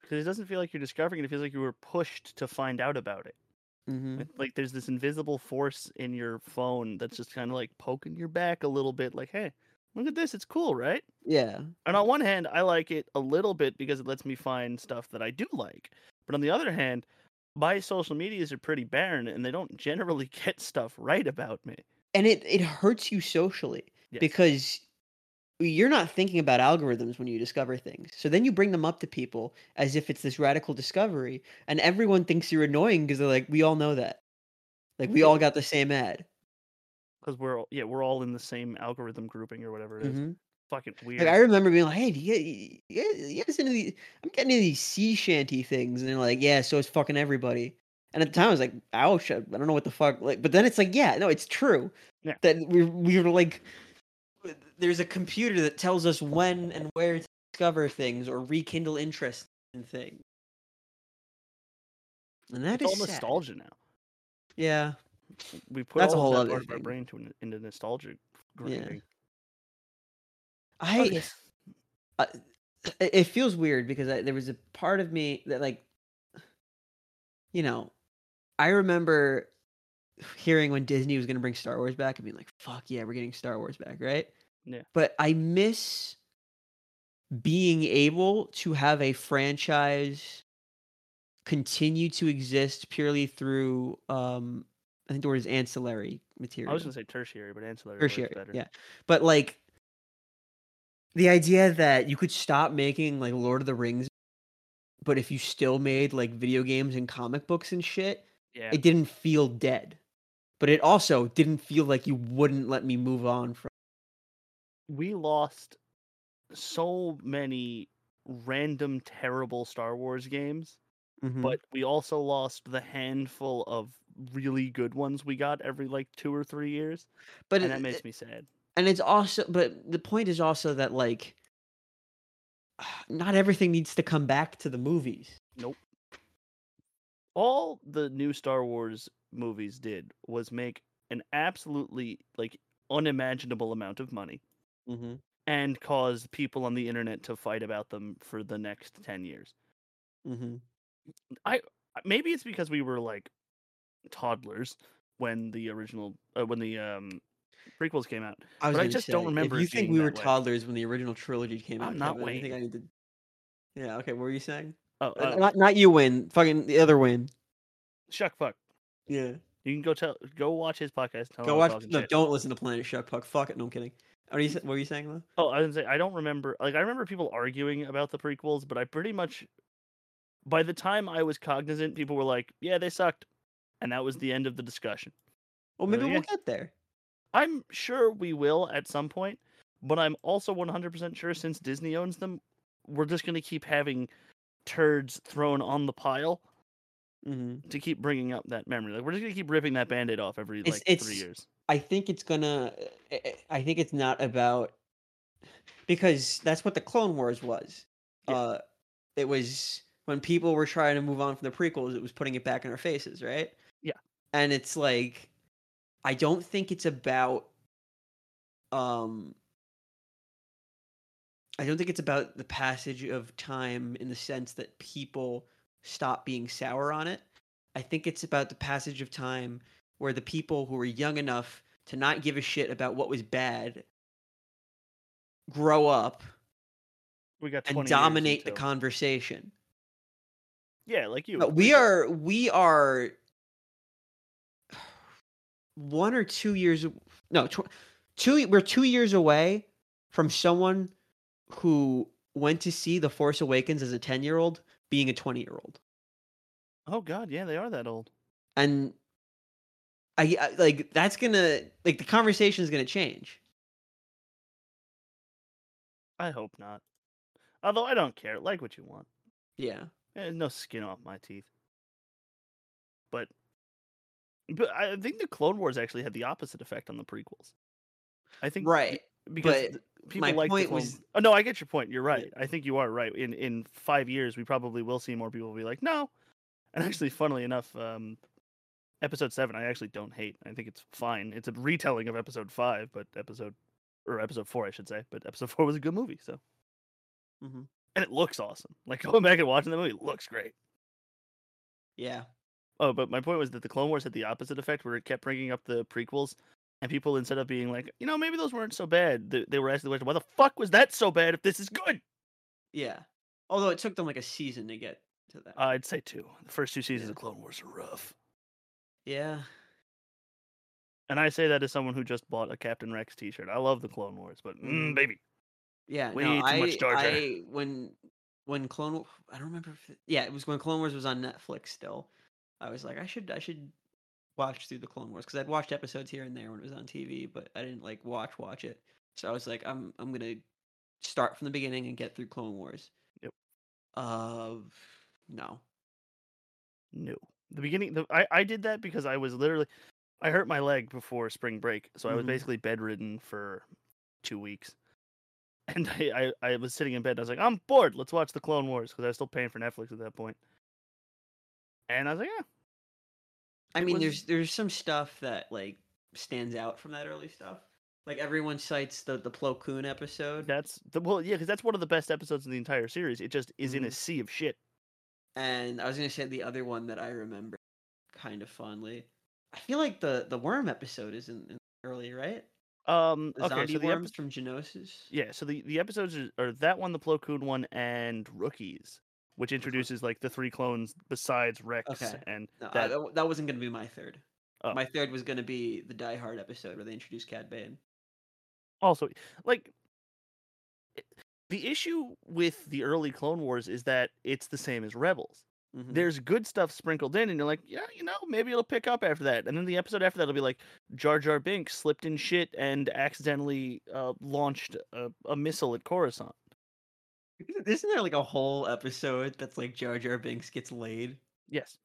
Because it doesn't feel like you're discovering it; it feels like you were pushed to find out about it. hmm Right? Like there's this invisible force in your phone that's just kind of like poking your back a little bit, like, hey, look at this, it's cool, right? Yeah. And on one hand, I like it a little bit because it lets me find stuff that I do like. But on the other hand, my social medias are pretty barren and they don't generally get stuff right about me. and it it hurts you socially Yes. because you're not thinking about algorithms when you discover things. So then you bring them up to people as if it's this radical discovery, and everyone thinks you're annoying because they're like, we all know that, like we all got the same ad. Because we're all- yeah, we're all in the same algorithm grouping or whatever it is. Mhm. fucking weird. Like I remember being like, "Hey, do you, you, you you guys into these? I'm getting into these sea shanty things," and they're like, "Yeah, so is fucking everybody." And at the time, I was like, "Ouch, I I don't know what the fuck." Like, but then it's like, "Yeah, no, it's true." Yeah. That we we were like, there's a computer that tells us when and where to discover things or rekindle interest in things. And that it's is all sad. nostalgia now. Yeah, We put That's all a whole of other that part of our thing. brain to an- into nostalgia. grinding. I. Okay. I- it it feels weird because I, there was a part of me that like you know i remember hearing when disney was going to bring star wars back and being like fuck yeah we're getting star wars back right Yeah. but i miss being able to have a franchise continue to exist purely through um i think the word is ancillary material I was gonna say tertiary, but ancillary works tertiary. better. Yeah, but like the idea that you could stop making like Lord of the Rings, but if you still made like video games and comic books and shit, yeah. it didn't feel dead. But it also didn't feel like you wouldn't let me move on from. we lost so many random terrible Star Wars games, Mm-hmm. but we also lost the handful of really good ones we got every like two or three years, but and it- that makes it- me sad. and it's also but the point is also that like not everything needs to come back to the movies. All the new Star Wars movies did was make an absolutely like unimaginable amount of money Mm-hmm. and caused people on the internet to fight about them for the next 10 years. Mm-hmm. uh, maybe it's because we were like toddlers when the original uh, when the um prequels came out. I was But I gonna just don't say, remember If you it think being we that were way. toddlers when the original trilogy came out, I'm not Kevin, I think Wayne. I need to. Yeah. Okay. What were you saying? Oh, Uh, uh, not not you win. Fucking the other win. shuck fuck. Yeah. You can go tell go watch his podcast. Tell Go him I'm watch. talking No, shit. don't listen to Planet Shark Puck. Fuck it. No, I'm kidding. What, are you, sa- what were you saying though? Oh, I didn't say I don't remember. Like I remember people arguing about the prequels, but I pretty much by the time I was cognizant, people were like, "Yeah, they sucked," and that was the end of the discussion. Well, Oh, maybe yeah. we'll get there. I'm sure we will at some point, but I'm also 100% sure since Disney owns them, we're just going to keep having turds thrown on the pile hmm to keep bringing up that memory. Like we're just going to keep ripping that band-aid off every It's- like 3 it's- years. I think it's gonna. I- I- I think it's not about because that's what the Clone Wars was. Yeah. Uh, it was when people were trying to move on from the prequels. It was putting it back in our faces, right? Yeah. And it's like, I don't think it's about. Um. I don't think it's about the passage of time in the sense that people stop being sour on it. I think it's about the passage of time where the people who were young enough to not give a shit about what was bad grow up We got 20 and years dominate the until- conversation. Yeah, like you. But with we prequels. are we are one or two years no tw- two we're two years away from someone who went to see The Force Awakens as a ten year old being a twenty year old. Oh god, yeah, they are that old. and I, I like that's gonna like the conversation is gonna change. I hope not. Although I don't care. Like what you want. Yeah, Eh, no skin off my teeth. But but I think the Clone Wars actually had the opposite effect on the prequels. I think right. because but th- people my like point the Clone- was- Oh, no, I get your point. You're right. I think you are right. In in five years, we probably will see more people be like, no. And actually, funnily enough, um, episode seven, I actually don't hate. I think it's fine. It's a retelling of episode five, but episode or episode four, I should say. But episode four was a good movie, so. Mm-hmm. Mhm. And it looks awesome. Like going back and watching the movie it looks great. Yeah, Oh, but my point was that the Clone Wars had the opposite effect, where it kept bringing up the prequels, and people instead of being like, you know, maybe those weren't so bad, they, they were asking the question, why the fuck was that so bad if this is good? yeah. Although it took them like a season to get to that. I'd say two. The first two seasons Yeah. of Clone Wars are rough, yeah, and I say that as someone who just bought a Captain Rex T-shirt. I love the Clone Wars, but mm, Mhm. baby, yeah. way no, too I, much Jar Jar. I when when Clone Wa- I don't remember. If it, yeah, it was when Clone Wars was on Netflix. Still, I was like, I should I should watch through the Clone Wars because I'd watched episodes here and there when it was on TV, but I didn't like watch watch it. So I was like, I'm I'm gonna start from the beginning and get through Clone Wars. Yep. Uh, no. No. The beginning the I, I did that because I was literally I hurt my leg before spring break, so I was Mhm. basically bedridden for two weeks. And I, I, I was sitting in bed and I was like, I'm bored, let's watch the Clone Wars because I was still paying for Netflix at that point. And I was like, Yeah, I It mean, was- there's there's some stuff that like stands out from that early stuff. Like everyone cites the the Plo Koon episode, that's the well, yeah, because that's one of the best episodes in the entire series. It just is in a Mhm. sea of shit. and I was gonna say the other one that I remember kind of fondly. I feel like the the worm episode is in, in early, right? Um The okay, zombie so the episode worms from Genosis. Yeah, so the, the episodes are, are that one, the Plo Koon one, and Rookies, which introduces like the three clones besides Rex. Okay. And No, I- that, that, that wasn't gonna be my third. Oh. My third was gonna be the Die Hard episode where they introduced Cad Bane. also, eh, like, it- the issue with the early Clone Wars is that it's the same as Rebels. Mhm. There's good stuff sprinkled in, and you're like, yeah, you know, maybe it'll pick up after that. And then the episode after that will be like Jar Jar Binks slipped in shit and accidentally uh, launched a, a missile at Coruscant. Isn't- Isn't there like a whole episode that's like Jar Jar Binks gets laid? Yes.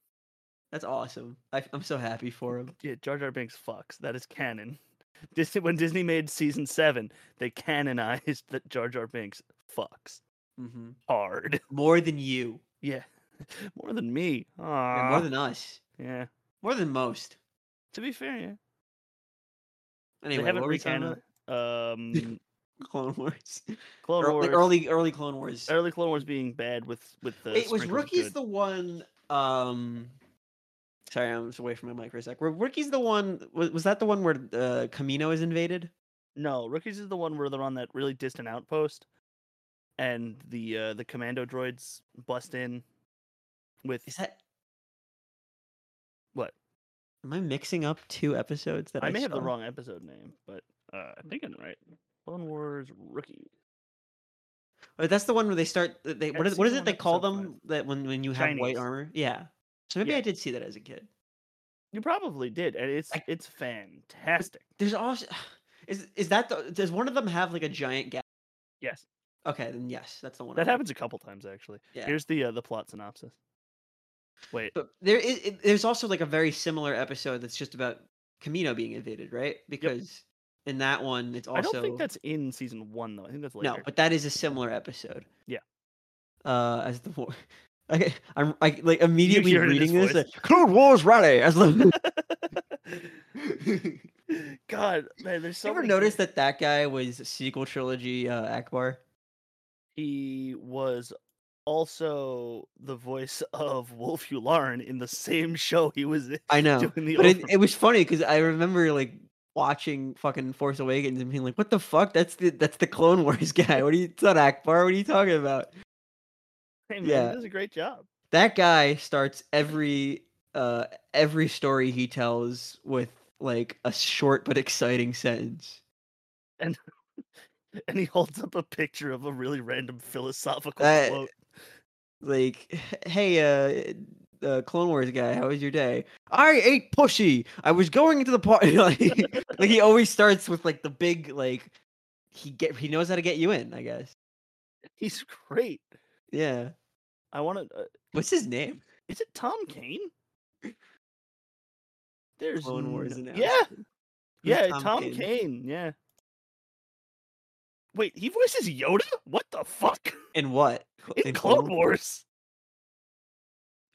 That's awesome. I, I'm so happy for him. yeah, Jar Jar Binks fucks. That is canon. Disney, when Disney made season seven, they canonized that Jar Jar Binks fucks hmm hard. More than you, Yeah, more than me. and Aww. more than us, yeah. more than most. To be fair, yeah. Anyway, they haven't what were we talking recanonized. Um, about? Clone Wars, Clone Ear- Wars. like early early Clone Wars. early Clone Wars being bad with with the. Wait, was sprinkles of Rookies good. the one? Um, sorry, I'm just away from my mic for a sec. Were Rookies the one? Was, was that the one where uh, Camino is invaded? No, Rookies is the one where they're on that really distant outpost, and the uh, the commando droids bust in with Is that what am I mixing up two episodes that I, I may have the saw? wrong episode name, but uh, I think I'm right. Clone Wars rookie. Oh, that's the one where they start. that They Yeah, what is what is season it one, they call episode five. them? That when when you have white Chinese. armor, yeah. So maybe Yeah. I did see that as a kid. You probably did, and it's I- it's fantastic. There's also is is that the, does one of them have like a giant gap? Yes, Okay, then yes, that's the one. I that remember. happens a couple times actually. Oh, Yeah. Here's the uh, the plot synopsis. Wait, But there is it, there's also like a very similar episode that's just about Camino being invaded, right? Because in that one, it's also I don't think that's in season one though. I think that's later. no, but that is a similar episode. Yeah. Uh, as the war. Okay, I'm I, like immediately hear it in his reading this. voice. like, Clone Wars rally as the. God, man, there's so. you ever many notice things- that that guy was sequel trilogy uh, Akbar? he was also the voice of Wolf Ularn in the same show he was in- I know. doing the. But it, over- it was funny because I remember like watching fucking Force Awakens and being like, "What the fuck? That's the that's the Clone Wars guy. What are you? It's not Akbar. What are you talking about?" Hey, man, yeah. he does a great job. That guy starts every uh every story he tells with like a short but exciting sentence. and he holds up a picture of a really random philosophical That- quote. Like, "Hey, uh, uh Clone Wars guy, how was your day?" I ate pushy. I was going into the party. like, like he always starts with like the big like he get he knows how to get you in. I guess. He's great. Yeah. I want to. Uh, What's his name? is it Tom Kane? There's Clone Wars n- announcement. Yeah, Who's yeah, Tom Tom, Kane? Kane. Yeah. Wait, he voices Yoda? What the fuck? And what? Cl- In in Clone Wars,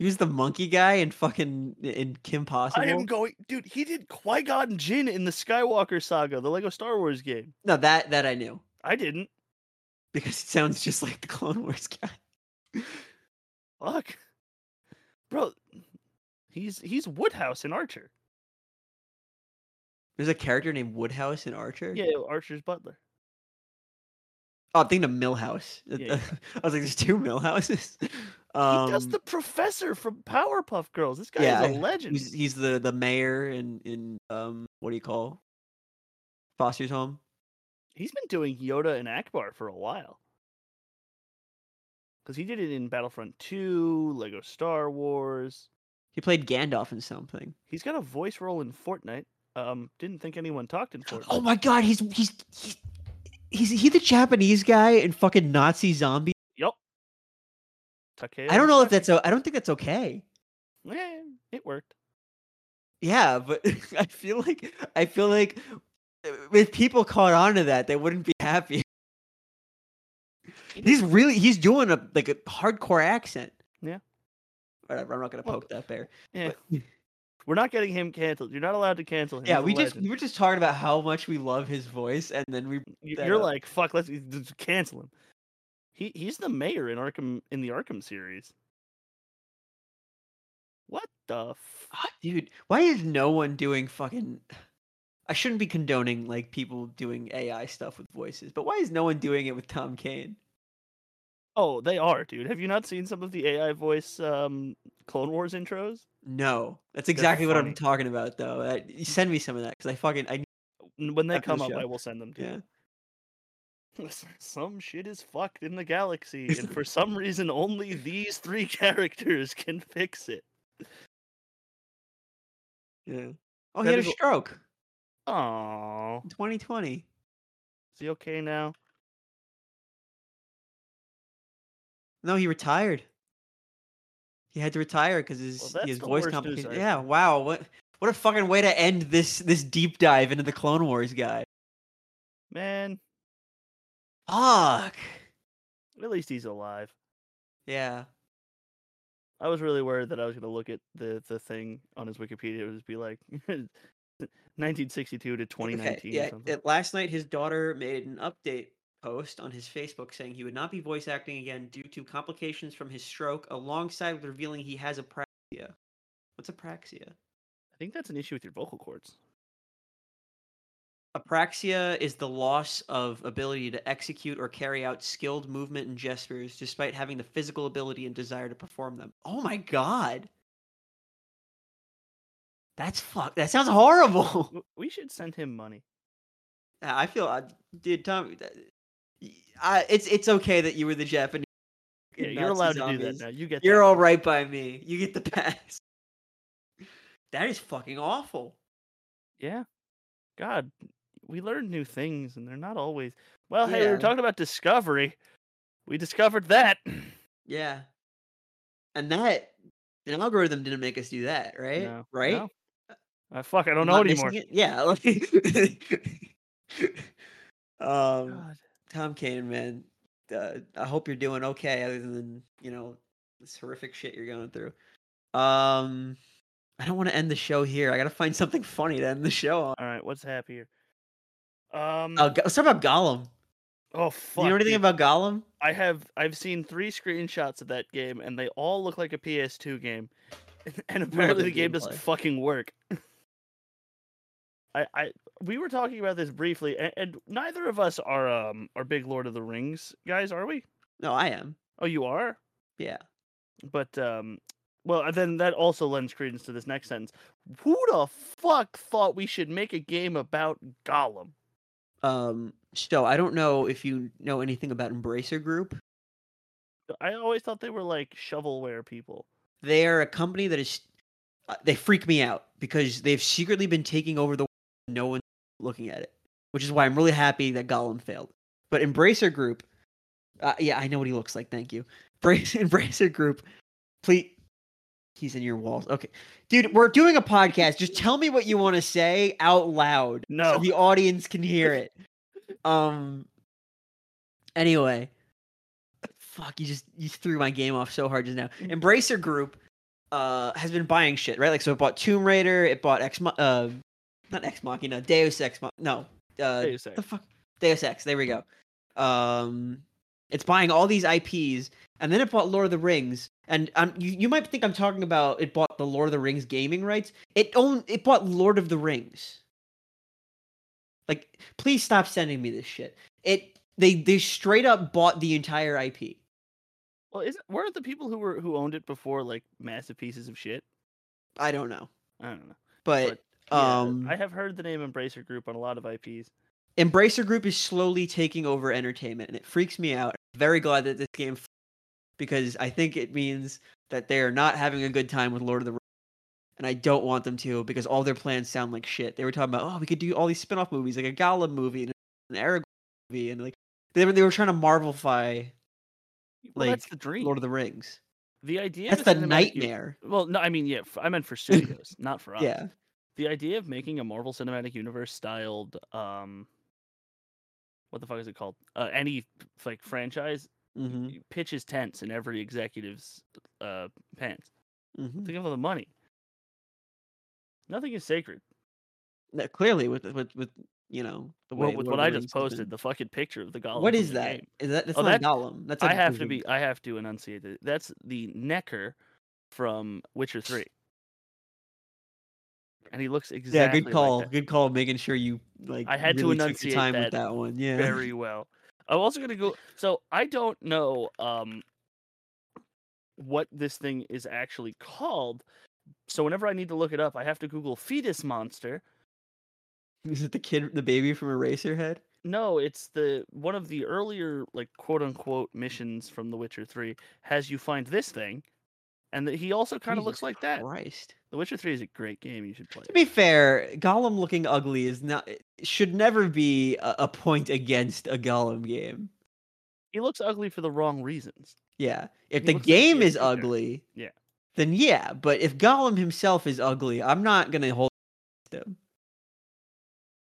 He was the monkey guy in fucking in Kim Possible. I am going, dude. He did Qui Gon Jinn in the Skywalker Saga, the Lego Star Wars game. No, that that I knew I didn't. because it sounds just like the Clone Wars guy. Fuck, bro. He's he's Woodhouse in Archer. There's a character named Woodhouse in Archer. Yeah, Archer's butler. Oh, I'm thinking of Millhouse. Uh, Yeah, yeah. I was like, there's two Millhouses. he does Um, the professor from Powerpuff Girls. This guy yeah, I- is a legend. he's, he's the the mayor in in um what do you call Foster's home? he's been doing Yoda and Akbar for a while. Because he did it in Battlefront 2, Lego Star Wars. He played Gandalf in something. He's got a voice role in Fortnite. Um, didn't think anyone talked in Fortnite. Oh my god, he's he's he's, Is he the Japanese guy in fucking Nazi zombie? Takeo I don't know if Saki. that's. o- I don't think that's okay. Yeah, it worked. Yeah, but I feel like I feel like uh, if people caught on to that, they wouldn't be happy. He's really he's doing a like a hardcore accent. Yeah. Whatever. I'm not gonna Well, poke that bear. Yeah. But- We're not getting him canceled. You're not allowed to cancel him. yeah, He's a we just legend. we were just talking about how much we love his voice, and then we You- that You're up. like fuck. Let's e, just cancel him. He he's the mayor in Arkham in the Arkham series. What the? F- Ah, dude, why is no one doing fucking? I shouldn't be condoning like people doing AI stuff with voices, but why is no one doing it with Tom Kane? oh, they are, dude. Have you not seen some of the AI voice um Clone Wars intros? No, that's exactly what I'm funny. Mm. talking about, though. I, you send me some of that because I fucking I N- When they After the come up, show. I will send them to yeah. you. some shit is fucked in the galaxy, and for some reason, only these three characters can fix it. Yeah. Oh, he That had a is a- stroke Oh, in 2020. is he okay now? No, he retired. He had to retire because Well, his that's his the voice worst news complications. I've Yeah. Wow. What what a fucking way to end this this deep dive into the Clone Wars guy. Man, Fuck. at least he's alive. Yeah. I was really worried that I was going to look at the the thing on his Wikipedia. It would just be like 1962 to 2019 yeah. or something. it- last night, his daughter made an update post on his Facebook saying he would not be voice acting again due to complications from his stroke, alongside with revealing he has apraxia. What's apraxia? I think that's an issue with your vocal cords. Apraxia is the loss of ability to execute or carry out skilled movement and gestures despite having the physical ability and desire to perform them. Oh my god. That's fuck. That sounds horrible. W- We should send him money. Yeah, Uh, I feel I did Tom that- y- I, it's it's okay that you were the Japanese. Yeah, in you're Nazi allowed to do zombies. that now. You get You're that. all right by me. You get the pass. That is fucking awful. Yeah. God, we learn new things, and they're not always. Well, hey, we were Yeah. talking about discovery. We discovered that. Yeah. And that an algorithm didn't make us do that, right? No, right? no. Uh, fuck, I I'm don't know not anymore. missing it? Yeah. like- um God. Tom Kane, man. Uh, I hope you're doing okay other than, you know, this horrific shit you're going through. Um I don't want to end the show here. I gotta find something funny to end the show on. All right, what's happier? Um. Uh, Go- let's talk about Gollum. Do oh fuck. you know dude. anything about Gollum? I have I've seen three screenshots of that game, and they all look like a PS2 game. And apparently the the game doesn't gameplay. fucking work. I, I we were talking about this briefly, and, and neither of us are um are big Lord of the Rings guys, are we? No, I am. Oh, you are. Yeah. But um, well, and then that also lends credence to this next sentence. Who the fuck thought we should make a game about Gollum? Um so I don't know if you know anything about Embracer Group. I always thought they were like shovelware people. they are a company that is uh, they freak me out because they've secretly been taking over the world and no one's looking at it which is why i'm really happy that gollum failed but embracer group uh, yeah i know what he looks like thank you Brace, embracer group please he's in your walls okay dude we're doing a podcast just tell me what you want to say out loud so No. the audience can hear it um anyway fuck you just you threw my game off so hard just now embracer group uh has been buying shit right like so it bought tomb raider it bought ex Mo- uh not ex machina deus ex Mo- no uh Wait a sec. the fuck deus ex there we go um it's buying all these ips and then it bought lord of the rings and um, you, you might think i'm talking about it bought the lord of the rings gaming rights it own it bought lord of the rings like please stop sending me this shit it they they straight up bought the entire ip Well, isn't weren't the people who were who owned it before like massive pieces of shit? i don't know I don't know. but, Yeah, um I have heard the name Embracer Group on a lot of IPs. embracer group is slowly taking over entertainment and it freaks me out very glad that this game f- because i think it means that they are not having a good time with lord of the rings and i don't want them to because all their plans sound like shit they were talking about oh we could do all these spin-off movies like a gollum movie and an aragorn movie, and like they were they were trying to marvelify Well, that's like, the dream. Lord of the Rings. the idea That's of a the cinematic u- nightmare. well, no, I mean, yeah, f- I meant for studios, not for us. Yeah, The idea of making a Marvel Cinematic Universe styled, um, what the fuck is it called? Uh, any like franchise hmm pitch is tense in every executive's uh pants. hmm Think of all the money. Nothing is sacred. clearly with with with you know the Well, way with Lord of what I the Rings has just been- posted, the fucking picture of the golem. What from is the that? game. Is that that's Oh, not that's- a golem? That's a I have to wizard. be. I have to enunciate it. That's the Necker from Witcher Three, and he looks exactly. Yeah, good like call. that. good call. Making sure you like. I had to really took your enunciate time that with that one. Yeah. Very well. I'm also gonna go. So I don't know um what this thing is actually called. So whenever I need to look it up, I have to Google fetus monster. Is it the kid, the baby from Eraserhead? No, it's the one of the earlier like quote unquote missions from The Witcher Three has you find this thing, and that he also kind of Jesus looks like that. Christ. The Witcher Three is a great game. You should play. To it. be fair, Gollum looking ugly is not it should never be a, a point against a Gollum game. He looks ugly for the wrong reasons. Yeah. If He the looks like he game has is two characters. ugly, Yeah. Then yeah, but if Gollum himself is ugly, I'm not gonna hold him.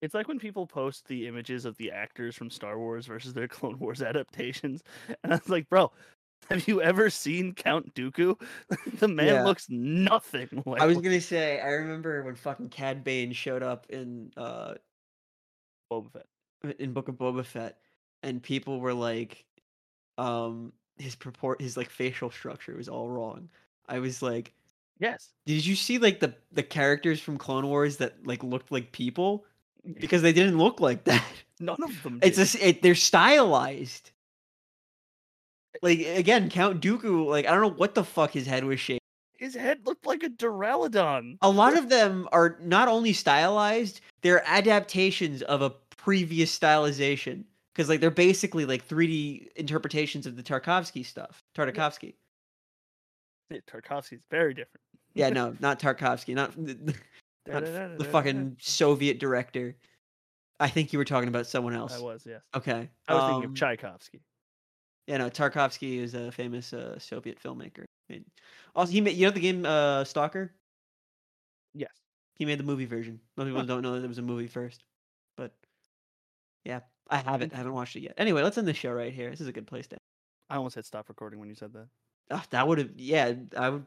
It's like when people post the images of the actors from Star Wars versus their Clone Wars adaptations, and I was like, bro. Have you ever seen Count Dooku? the man Yeah. looks nothing like. I was what gonna say, I remember when fucking Cad Bane showed up in uh Boba Fett. in Book of Boba Fett, and people were like, um, his purport, his like facial structure was all wrong. I was like, Yes, did you see like the the characters from Clone Wars that like looked like people because they didn't look like that. none of them. It's did. just it, they're stylized. Like again, Count Dooku. Like I don't know what the fuck his head was shaped. his head looked like a Duraludon. A lot of them are not only stylized, they're adaptations of a previous stylization. Because like they're basically like 3D interpretations of the Tarkovsky stuff. Tarkovsky. Yeah, Tarkovsky's very different. Yeah, no, not Tarkovsky, not the, not f- the Da-da-da-da-da-da. fucking Soviet director. I think you were talking about someone else. I was, yes. Okay. I was thinking um, of Tchaikovsky. Yeah, no, Tarkovsky is a famous uh, Soviet filmmaker. And also, he made you know the game uh, Stalker. Yes. He made the movie version. Most people don't know that it was a movie first, but yeah, I haven't I haven't watched it yet. Anyway, let's end the show right here. This is a good place to. I almost hit stop recording when you said that. Oh, that would have yeah I would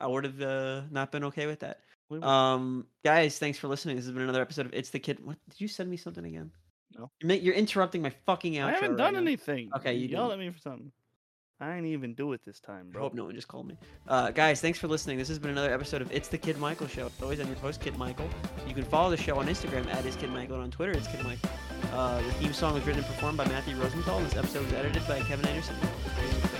I would have uh, not been okay with that. We were- Um, guys, thanks for listening. This has been another episode of It's the Kid. What did you send me something again? No. You're ma- You're interrupting my fucking outro. I haven't right done now. anything. Okay, you yelled didn't. at me for something. I ain't even do it this time, I bro. hope no one just called me. Uh, guys, thanks for listening. This has been another episode of It's the Kid Michael Show. As always, I'm your host, Kid Michael. You can follow the show on Instagram at It's Kid Michael and on Twitter, It's Kid Michael. Uh, the theme song was written and performed by Matthew Rosenthal. and This episode was edited by Kevin Anderson.